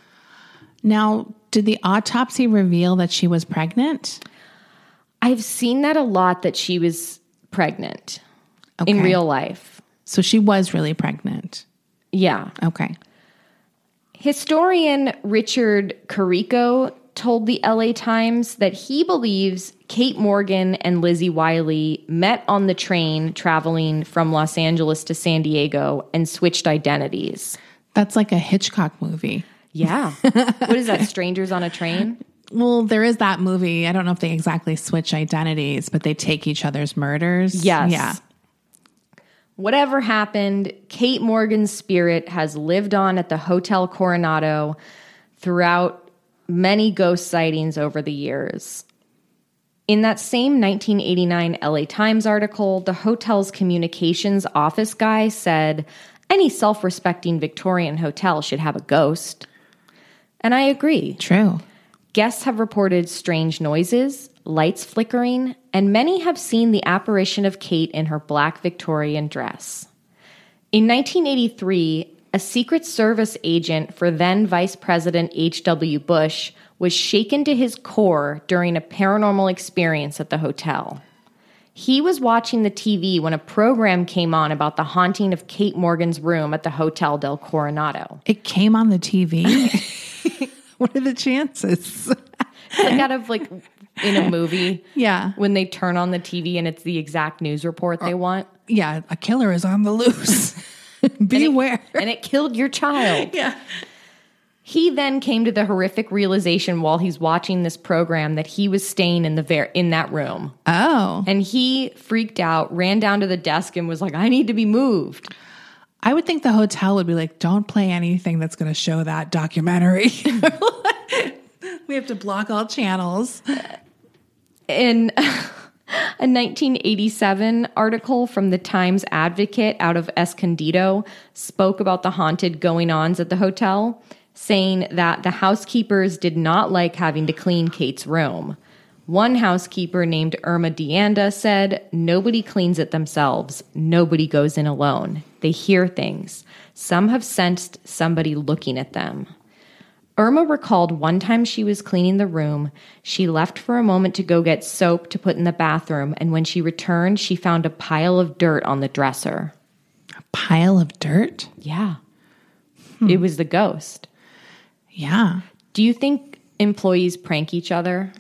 S4: Now, did the autopsy reveal that she was pregnant?
S3: I've seen that a lot that she was pregnant in
S4: Okay.
S3: real life.
S4: So she was really pregnant.
S3: Yeah.
S4: Okay.
S3: Historian Richard Carrico told the LA Times that he believes Kate Morgan and Lizzie Wiley met on the train traveling from Los Angeles to San Diego and switched identities.
S4: That's like a Hitchcock movie.
S3: Yeah. *laughs* what is that? Strangers on a train?
S4: Well, there is that movie. I don't know if they exactly switch identities, but they take each other's murders.
S3: Yes.
S4: Yeah.
S3: Whatever happened, Kate Morgan's spirit has lived on at the Hotel Coronado throughout many ghost sightings over the years. In that same 1989 LA Times article, the hotel's communications office guy said, Any self respecting Victorian hotel should have a ghost. And I agree.
S4: True.
S3: Guests have reported strange noises, lights flickering, and many have seen the apparition of Kate in her black Victorian dress. In 1983, a Secret Service agent for then Vice President H.W. Bush was shaken to his core during a paranormal experience at the hotel. He was watching the TV when a program came on about the haunting of Kate Morgan's room at the Hotel del Coronado.
S4: It came on the TV. *laughs* what are the chances?
S3: like out of like in a movie.
S4: Yeah.
S3: When they turn on the TV and it's the exact news report they want.
S4: Yeah. A killer is on the *laughs* loose. Beware.
S3: And it killed your child. Yeah. He then came to the horrific realization while he's watching this program that he was staying in the ver- in that room.
S4: Oh.
S3: And he freaked out, ran down to the desk and was like, "I need to be moved."
S4: I would think the hotel would be like, don't play anything that's going to show that documentary. *laughs* we have to block all channels.
S3: in *laughs* a 1987 article from the Times Advocate out of Escondido spoke about the haunted going ons at the hotel, saying that the housekeepers did not like having to clean Kate's room. One housekeeper named Irma Deanda said, Nobody cleans it themselves. Nobody goes in alone. They hear things. Some have sensed somebody looking at them. Irma recalled one time she was cleaning the room. She left for a moment to go get soap to put in the bathroom, and when she returned, she found a pile of dirt on the dresser.
S4: Pile of dirt.
S3: Yeah. It was the ghost.
S4: Yeah.
S3: Do you think employees prank each other?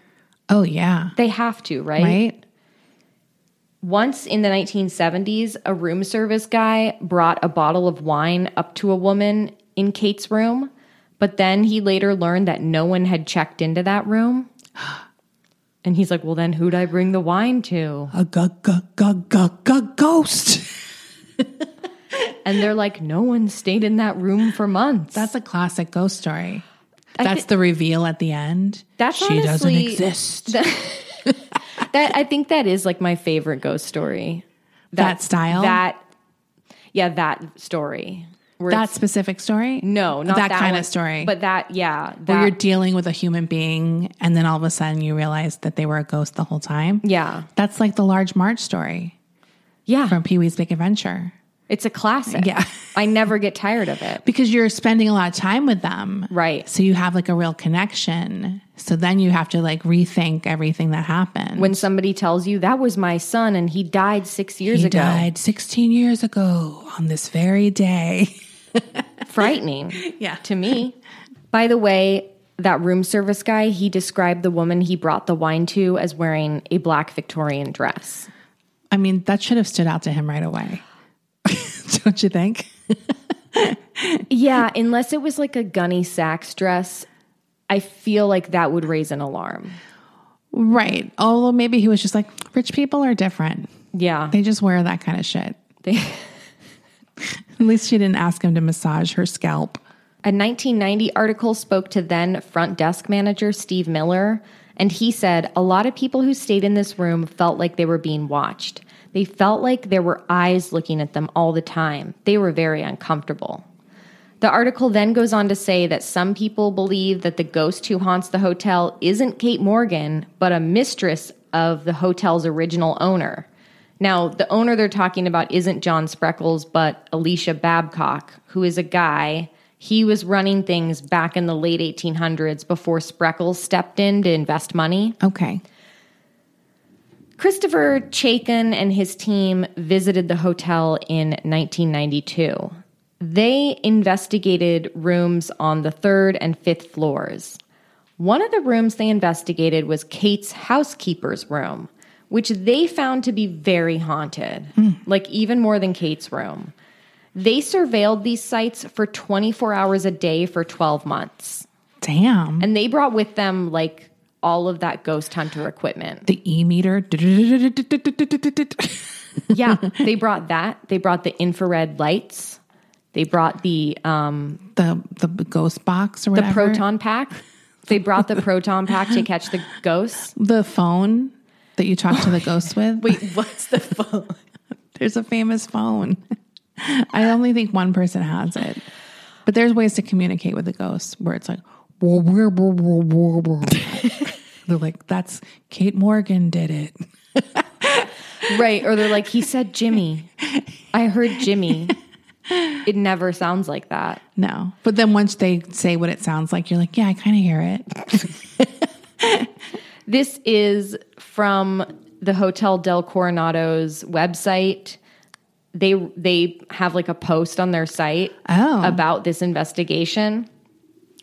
S4: Oh, yeah.
S3: They have to, right?
S4: Right?
S3: Once in the 1970s, a room service guy brought a bottle of wine up to a woman in Kate's room, but then he later learned that no one had checked into that
S4: *gasps*
S3: room. And he's like, Well, then who'd I bring the wine to?
S4: A gu- gu- gu- gu- gu- ghost.
S3: And they're like, No one stayed in that room for months.
S4: That's a classic ghost story. That's the reveal at the end.
S3: That's
S4: she doesn't
S3: honestly-
S4: exist.
S3: that I think that is like my favorite ghost story.
S4: That style?
S3: That yeah, that story. Where
S4: that
S3: it's-
S4: specific story?
S3: no, not
S4: that,
S3: that,
S4: kind
S3: one,
S4: of story.
S3: But that yeah, that,
S4: where you're dealing with a human being, and then all of a sudden you realize that they were a ghost the whole time.
S3: yeah.
S4: That's like the Large March story
S3: Yeah.
S4: from Pee Wee's Big Adventure.
S3: It's a classic.
S4: Yeah.
S3: I never get tired of it.
S4: Because you're spending a lot of time with them.
S3: Right.
S4: So you have like a real connection. So then you have to like rethink everything that happened.
S3: When somebody tells you that was my son and he died six years
S4: he
S3: ago,
S4: died 16 years ago on this very day.
S3: *laughs*
S4: *laughs*
S3: *laughs* frightening
S4: Yeah.
S3: to me. By the way, that room service guy, he described the woman he brought the wine to as wearing a black Victorian dress.
S4: I mean, that should have stood out to him right away. *laughs* Don't you think?
S3: *laughs* Yeah, unless it was like a Gunny Sacks dress, I feel like that would raise an alarm.
S4: Right. Although Oh, maybe he was just like, rich people are different.
S3: Yeah.
S4: They just wear that kind of shit.
S3: They-
S4: *laughs* At least she didn't ask him to massage her scalp.
S3: A 1990 article spoke to then front desk manager Steve Miller, and he said a lot of people who stayed in this room felt like they were being watched. They felt like there were eyes looking at them all the time. They were very uncomfortable. The article then goes on to say that some people believe that the ghost who haunts the hotel isn't Kate Morgan, but a mistress of the hotel's original owner. Now, the owner they're talking about isn't John Spreckles, but Alicia Babcock, who is a guy. He was running things back in the late 1800s before Spreckles stepped in to invest money.
S4: Okay.
S3: Christopher Chaikin and his team visited the hotel in 1992. They investigated rooms on the third and fifth floors. One of the rooms they investigated was Kate's housekeeper's room, which they found to be very haunted, like even more than Kate's room. They surveilled these sites for 24 hours a day for 12 months.
S4: Damn.
S3: And they brought with them like all of that ghost hunter equipment.
S4: *laughs* the E meter. *laughs*
S3: Yeah, they brought that. They brought the infrared lights. They brought the um,
S4: The the ghost box or
S3: the
S4: whatever.
S3: proton pack. They brought the proton pack to catch the ghosts.
S4: The phone that you talk to the ghost with. *laughs* Wait, what's the phone? There's a famous phone. I only think one person has it. But there's ways to communicate with the ghost where it's like they're like, that's Kate Morgan did it.
S3: Right. Or they're like, he said Jimmy. I heard Jimmy. It never sounds like that.
S4: No. But then once they say what it sounds like, you're like, yeah, I kind of hear it.
S3: This is from the Hotel Del Coronado's website. They they have like a post on their site
S4: Oh.
S3: about this investigation.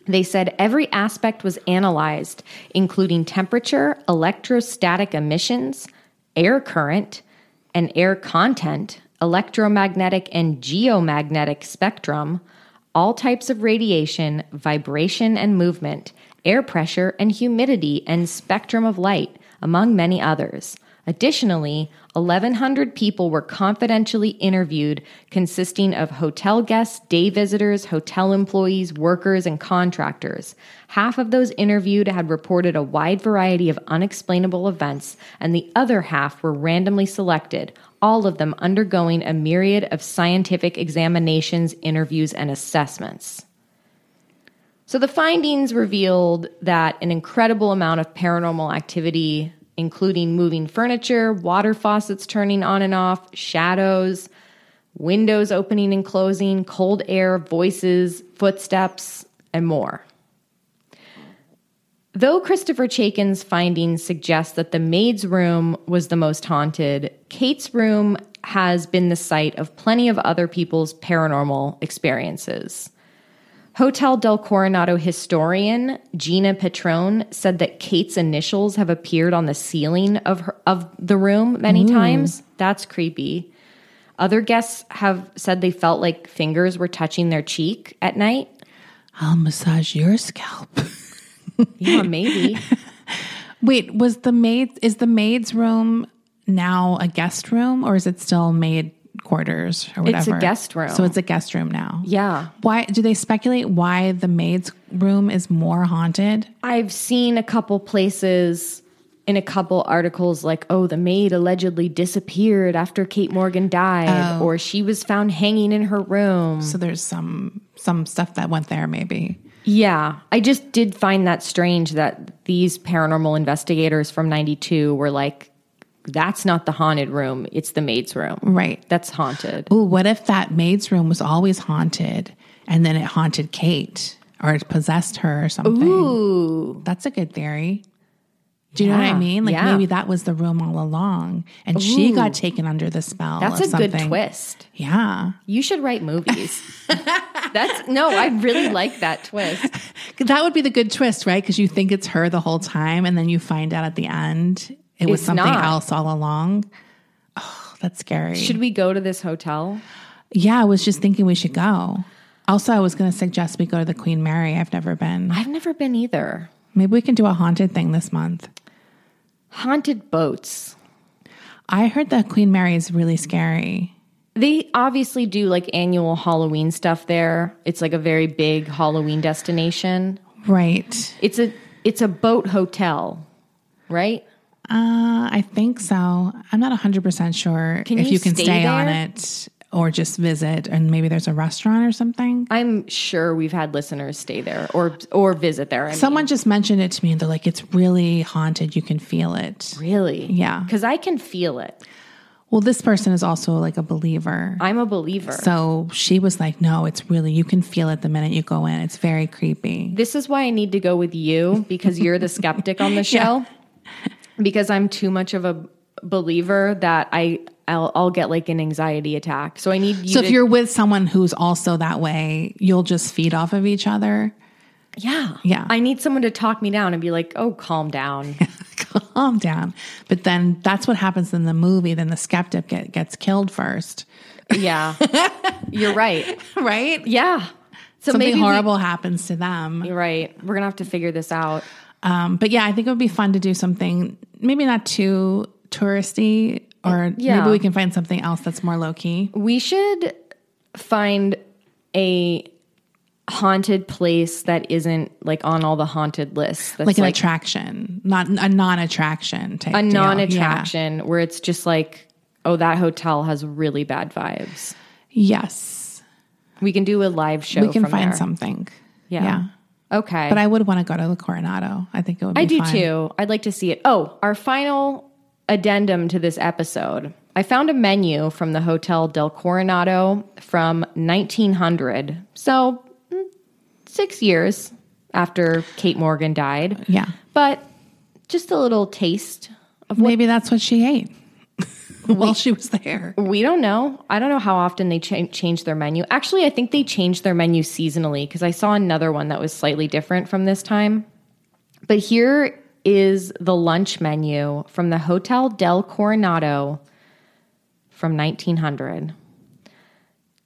S3: They said every aspect was analyzed, including temperature, electrostatic emissions, air current, and air content, electromagnetic and geomagnetic spectrum, all types of radiation, vibration and movement, air pressure and humidity, and spectrum of light, among many others. Additionally, 1,100 people were confidentially interviewed, consisting of hotel guests, day visitors, hotel employees, workers, and contractors. Half of those interviewed had reported a wide variety of unexplainable events, and the other half were randomly selected, all of them undergoing a myriad of scientific examinations, interviews, and assessments. So the findings revealed that an incredible amount of paranormal activity, including moving furniture, water faucets turning on and off, shadows, windows opening and closing, cold air, voices, footsteps, and more. Though Christopher Chaikin's findings suggest that the maid's room was the most haunted, Kate's room has been the site of plenty of other people's paranormal experiences. Hotel del Coronado historian Gina Petrone said that Kate's initials have appeared on the ceiling of her, of the room many times. That's creepy. Other guests have said they felt like fingers were touching their cheek at night.
S4: I'll massage your scalp.
S3: *laughs* Yeah, maybe.
S4: Wait, was the maid is the maid's room now a guest room or is it still maid quarters or
S3: It's a
S4: whatever?
S3: guest room.
S4: So it's a guest room now.
S3: yeah.
S4: Why do they speculate why the maid's room is more haunted?
S3: I've seen a couple places in a couple articles like, oh, the maid allegedly disappeared after Kate Morgan died, or she was found hanging in her room.
S4: So there's some some stuff that went there maybe.
S3: Yeah, I just did find that strange that these paranormal investigators from 92 were like, that's not the haunted room, it's the maid's room.
S4: Right.
S3: That's haunted.
S4: Ooh, what if that maid's room was always haunted and then it haunted Kate or it possessed her or something? Ooh. That's a good theory. Do you know what I
S3: Yeah,
S4: mean? Like
S3: yeah.
S4: maybe that was the room all along, and she got taken under the spell.
S3: That's
S4: of
S3: a good
S4: something.
S3: twist.
S4: Yeah,
S3: You should write movies. That's no, I really like that twist.
S4: that would be the good twist, right? Because you think it's her the whole time, and then you find out at the end it was
S3: It's
S4: something
S3: not.
S4: else all along. Oh, that's scary.
S3: Should we go to this hotel?
S4: yeah, I was just thinking we should go. Also, I was going to suggest we go to the Queen Mary. I've never been.
S3: I've never been either.
S4: Maybe we can do a haunted thing this month.
S3: Haunted boats.
S4: I heard that Queen Mary is really scary.
S3: They obviously do like annual Halloween stuff there. It's like a very big Halloween destination.
S4: Right.
S3: It's a it's a boat hotel, right?
S4: Uh, I think so. I'm not 100% sure
S3: Can
S4: if
S3: you
S4: you can
S3: stay
S4: stay, on
S3: there?
S4: it or just visit, and maybe there's a restaurant or something.
S3: I'm sure we've had listeners stay there or or visit there. I mean.
S4: Someone just mentioned it to me, and they're like, it's really haunted. You can feel it.
S3: really?
S4: Yeah.
S3: Cuz I can feel it.
S4: Well, this person is also like a believer.
S3: I'm a believer.
S4: So she was like, no, it's really, you can feel it the minute you go in. It's very creepy.
S3: this is why I need to go with you because you're the skeptic
S4: *laughs*
S3: on the show. Because I'm too much of a believer that I I'll, I'll get like an anxiety attack. So I need you
S4: so
S3: to,
S4: if you're with someone who's also that way, you'll just feed off of each other.
S3: yeah.
S4: Yeah.
S3: I need someone to talk me down and be like, "Oh, calm down."
S4: *laughs* calm down. But then that's what happens in the movie. Then the skeptic get, gets killed first, *laughs*
S3: yeah. you're right.
S4: right?
S3: Yeah. So
S4: Something
S3: maybe
S4: horrible happens to them.
S3: We, you're right. We're going to have to figure this out.
S4: Um, but yeah, I think it would be fun to do something maybe not too touristy, or
S3: Uh, Yeah.
S4: maybe we can find something else that's more low key.
S3: We should find a haunted place that isn't like on all the haunted lists. That's
S4: Like an attraction, not a non-attraction type.
S3: a
S4: deal.
S3: non-attraction where it's just like oh that hotel has really bad vibes
S4: Yeah. Yes,
S3: we can do a live show
S4: we can
S3: from
S4: find
S3: there.
S4: something.
S3: yeah. okay
S4: But I would want to go to the Coronado. I think it would. be
S3: I do
S4: fun.
S3: too i'd like to see it oh our final addendum to this episode i found a menu from the hotel del coronado from 1900 so mm, six years after kate morgan died
S4: Yeah.
S3: but just a little taste
S4: Maybe that's what she ate *laughs* while she was there.
S3: We don't know. I don't know how often they cha- change their menu. Actually, I think they change their menu seasonally because I saw another one that was slightly different from this time. But here is the lunch menu from the Hotel del Coronado from 1900.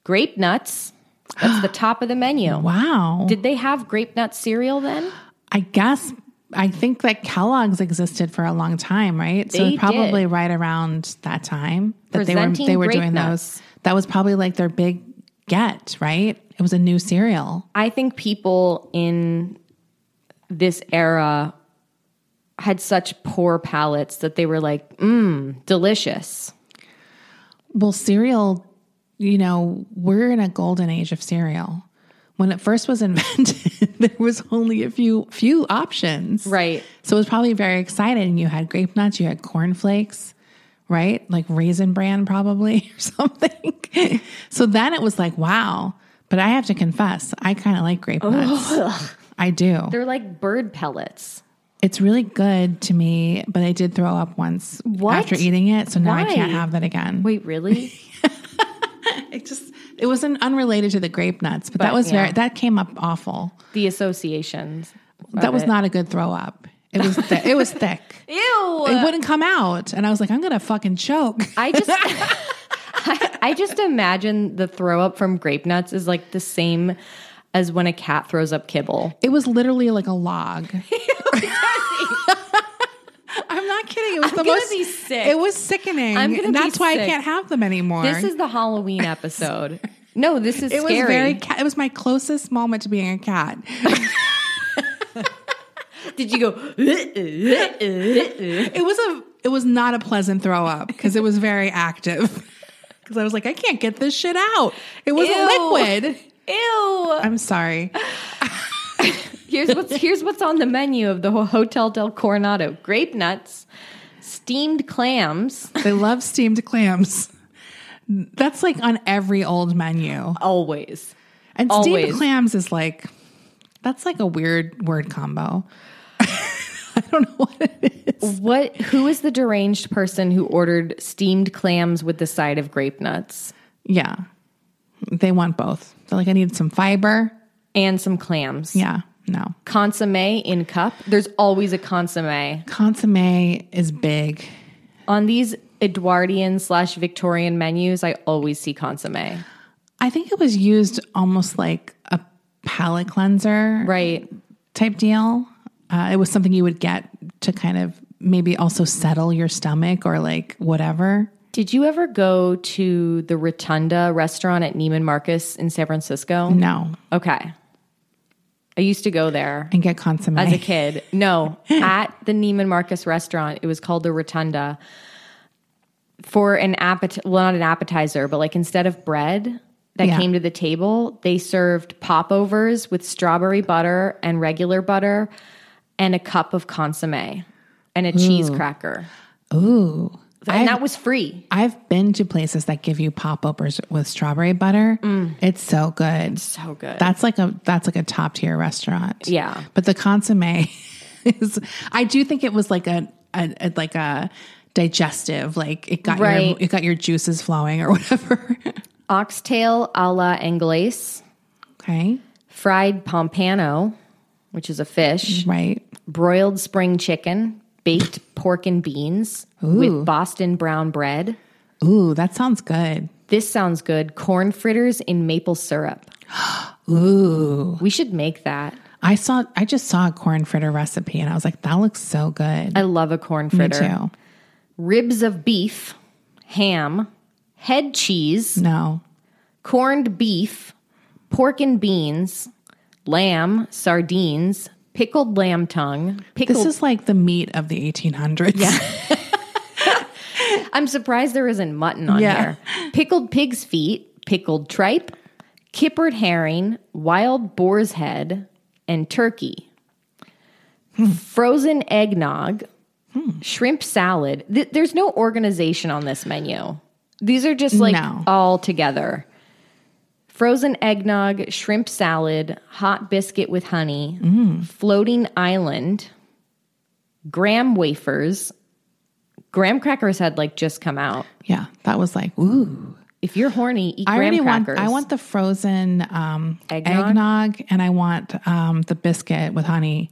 S3: Grape nuts. That's the top of the menu.
S4: Wow.
S3: Did they have grape nut cereal then?
S4: I guess I think that Kellogg's existed for a long time, right?
S3: They
S4: so probably
S3: did.
S4: right around that time that
S3: Presenting
S4: they were they
S3: grape
S4: were doing
S3: nuts.
S4: those. That was probably like their big get, right? It was a new cereal.
S3: I think people in this era had such poor palates that they were like, mmm, delicious.
S4: Well, cereal, you know, we're in a golden age of cereal. When it first was *laughs* invented, there was only a few few options.
S3: Right.
S4: So it was probably very exciting. You had grape nuts, you had cornflakes, right? Like raisin bran, probably, *laughs*
S3: *laughs*
S4: or something. so then it was like, wow. But I have to confess, I kind of like
S3: *laughs*
S4: grape nuts. I do.
S3: They're like bird pellets.
S4: It's really good to me, but I did throw up once
S3: What?
S4: after eating it. So now I
S3: Why?
S4: can't have that again.
S3: Wait, really?
S4: It just, it wasn't unrelated to the grape nuts, but, that was very, that came up awful.
S3: *laughs* the associations.
S4: That was not a good throw up. It
S3: *laughs*
S4: was, thi- it was thick.
S3: Ew.
S4: It wouldn't come out. And I was like, I'm going to fucking choke.
S3: *laughs*
S4: *laughs*
S3: I just I, I just imagine the throw up from grape nuts is like the same as when a cat throws up kibble.
S4: It was literally like
S3: *laughs*
S4: a log. *laughs* I'm not kidding. It was the
S3: gonna
S4: most.
S3: be sick.
S4: It was sickening.
S3: I'm gonna
S4: And
S3: be
S4: That's why I
S3: sick.
S4: can't have them anymore.
S3: This is the Halloween *laughs* episode. No, this is
S4: It was
S3: scary.
S4: very. Ca- it was my closest moment to being a cat.
S3: Did you go?
S4: It was a. It was not a pleasant throw up because it was very active. *laughs* Because I was like, I can't get this shit out. It was
S3: Ew.
S4: a liquid.
S3: Ew.
S4: I'm sorry.
S3: Here's what's here's what's on the menu of the Hotel Del Coronado: grape nuts, steamed clams,
S4: They love steamed clams. That's like on every old menu.
S3: always
S4: And
S3: Always.
S4: steamed clams is like that's like a weird word combo. *laughs* I don't know what it is.
S3: What? Who is the deranged person who ordered steamed clams with the side of grape nuts
S4: Yeah. They want both. They're like, I need some fiber.
S3: and some clams?
S4: Yeah. No.
S3: Consomme in cup. There's always a consomme
S4: Consomme is big.
S3: on these Edwardian slash Victorian menus. I always see consomme.
S4: I think it was used almost like a palate cleanser
S3: Right.
S4: type deal. Uh, it was something you would get to kind of maybe also settle your stomach or like whatever.
S3: Did you ever go to the Rotunda restaurant at Neiman Marcus in San Francisco?
S4: No.
S3: Okay. I used to go there
S4: And get consomme.
S3: as a kid. No, at the Neiman Marcus restaurant, it was called the Rotunda. For an appetizer, well, not an appetizer, but like instead of bread that
S4: Yeah.
S3: came to the table, they served popovers with strawberry butter and regular butter and a cup of consomme and a cheese cracker.
S4: Ooh.
S3: And that was free.
S4: I've been to places that give you pop overs with strawberry butter. It's so good.
S3: Mm. So good.
S4: That's like a that's like a top tier restaurant.
S3: Yeah.
S4: But the consomme *laughs* is I do think it was like a, a, a- like a digestive, like it got
S3: Right.
S4: your it got your juices flowing or *laughs* whatever.
S3: Oxtail a la Anglaise,
S4: okay.
S3: fried pompano, which is a fish.
S4: Right.
S3: broiled spring chicken, baked
S4: *laughs*
S3: pork and beans with Boston brown bread.
S4: Ooh, that sounds good.
S3: This sounds good. Corn fritters in maple syrup.
S4: *gasps* Ooh.
S3: We should make that.
S4: I saw I just saw a corn fritter recipe and I was like, that looks so good.
S3: I love a corn
S4: Me
S3: fritter.
S4: too.
S3: Ribs of beef, ham, head cheese,
S4: No.
S3: corned beef, pork and beans, lamb, sardines, pickled lamb tongue,
S4: This
S3: pickled
S4: is like the meat of the 1800s. Yeah.
S3: I'm surprised there isn't mutton on
S4: Yeah. *laughs*
S3: here. Pickled pig's feet, pickled tripe, kippered herring, wild boar's head, and turkey. Frozen eggnog, shrimp salad. Th- there's no organization on this menu. These are just like
S4: No.
S3: all together. Frozen eggnog, shrimp salad, hot biscuit with honey,
S4: Mm.
S3: floating island, graham wafers. Graham crackers had like just come out.
S4: *laughs* Yeah, that was like ooh.
S3: If you're horny, eat
S4: I
S3: graham
S4: already
S3: crackers.
S4: want. I want the frozen um,
S3: Eggnog?
S4: eggnog? and I want um, the biscuit with honey.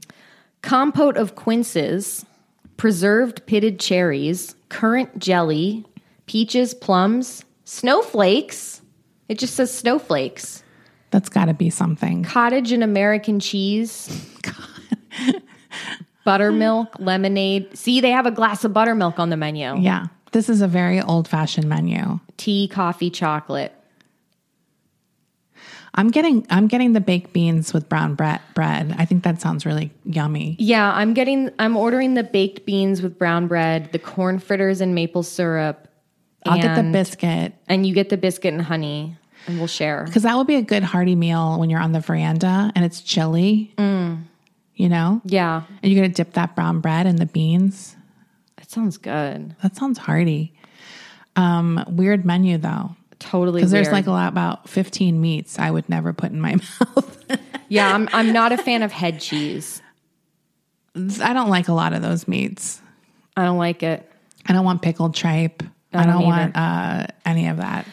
S3: compote of quinces, preserved pitted cherries, currant jelly, peaches, plums, snowflakes. It just says snowflakes.
S4: That's got to be something.
S3: Cottage and American *laughs* cheese. Buttermilk, lemonade. See, they have a glass of buttermilk on the menu.
S4: Yeah, this is a very old-fashioned menu.
S3: Tea, coffee, chocolate.
S4: I'm getting. I'm getting the baked beans with brown bread. Bread. I think that sounds really yummy.
S3: Yeah, I'm getting I'm ordering the baked beans with brown bread, the corn fritters and maple syrup.
S4: I'll get the
S3: and-
S4: biscuit
S3: and you get the biscuit and honey and we'll share.
S4: because that would be a good hearty meal when you're on the veranda and it's chilly.
S3: Mm.
S4: You know,
S3: Yeah,
S4: and you're gonna dip that brown bread in the beans.
S3: that sounds good.
S4: That sounds hearty. Um, weird menu though.
S3: Totally.
S4: Because there's
S3: weird.
S4: like a lot about 15 meats I would never put in my *laughs* mouth.
S3: yeah, I'm I'm not a fan of head cheese.
S4: I don't like a lot of those meats.
S3: I don't like it.
S4: I don't want pickled tripe. I
S3: don't
S4: don't, want uh, any of that.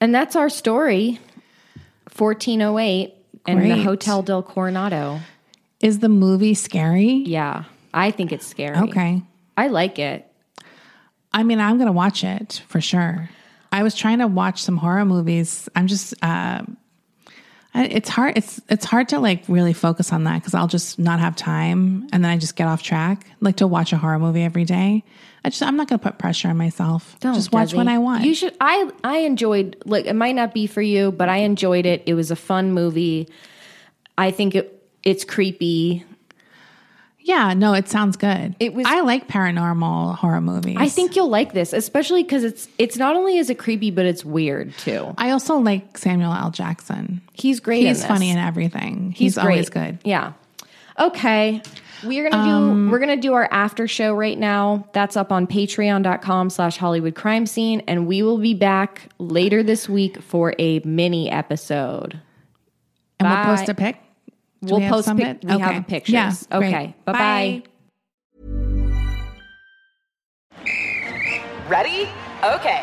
S3: And that's our story. 1408 and the
S4: Great.
S3: Hotel del Coronado.
S4: Is the movie scary?
S3: Yeah, I think it's scary.
S4: Okay.
S3: I like it.
S4: I mean, I'm going to watch it for sure. I was trying to watch some horror movies. I'm just uh, I- it's hard it's it's hard to like really focus on that cuz I'll just not have time and then I just get off track. Like to watch a horror movie every day. I just I'm not going to put pressure on myself.
S3: Don't,
S4: just watch
S3: Desi.
S4: when I want.
S3: You should. I I enjoyed. Like it might not be for you, but I enjoyed it. It was a fun movie. I think it it's creepy.
S4: Yeah, no, it sounds good.
S3: It was-
S4: I like paranormal horror movies.
S3: I think you'll like this, especially because it's it's not only is it creepy, but it's weird too.
S4: I also like Samuel L. Jackson.
S3: He's great. in
S4: He's
S3: this.
S4: funny in everything.
S3: He's
S4: He's,
S3: great.
S4: always good. Um,
S3: Yeah. Okay. We're gonna do we're gonna do our after show right now. That's up on patreon.com slash Hollywood crime scene, and we will be back later this week for a mini episode.
S4: And
S3: Bye.
S4: we'll post a pic. Do
S3: we'll
S4: we have
S3: post.
S4: some
S3: pic-
S4: of it?
S3: we
S4: Okay.
S3: have pictures.
S4: Yeah, great.
S3: okay. Bye bye.
S6: Ready? Okay.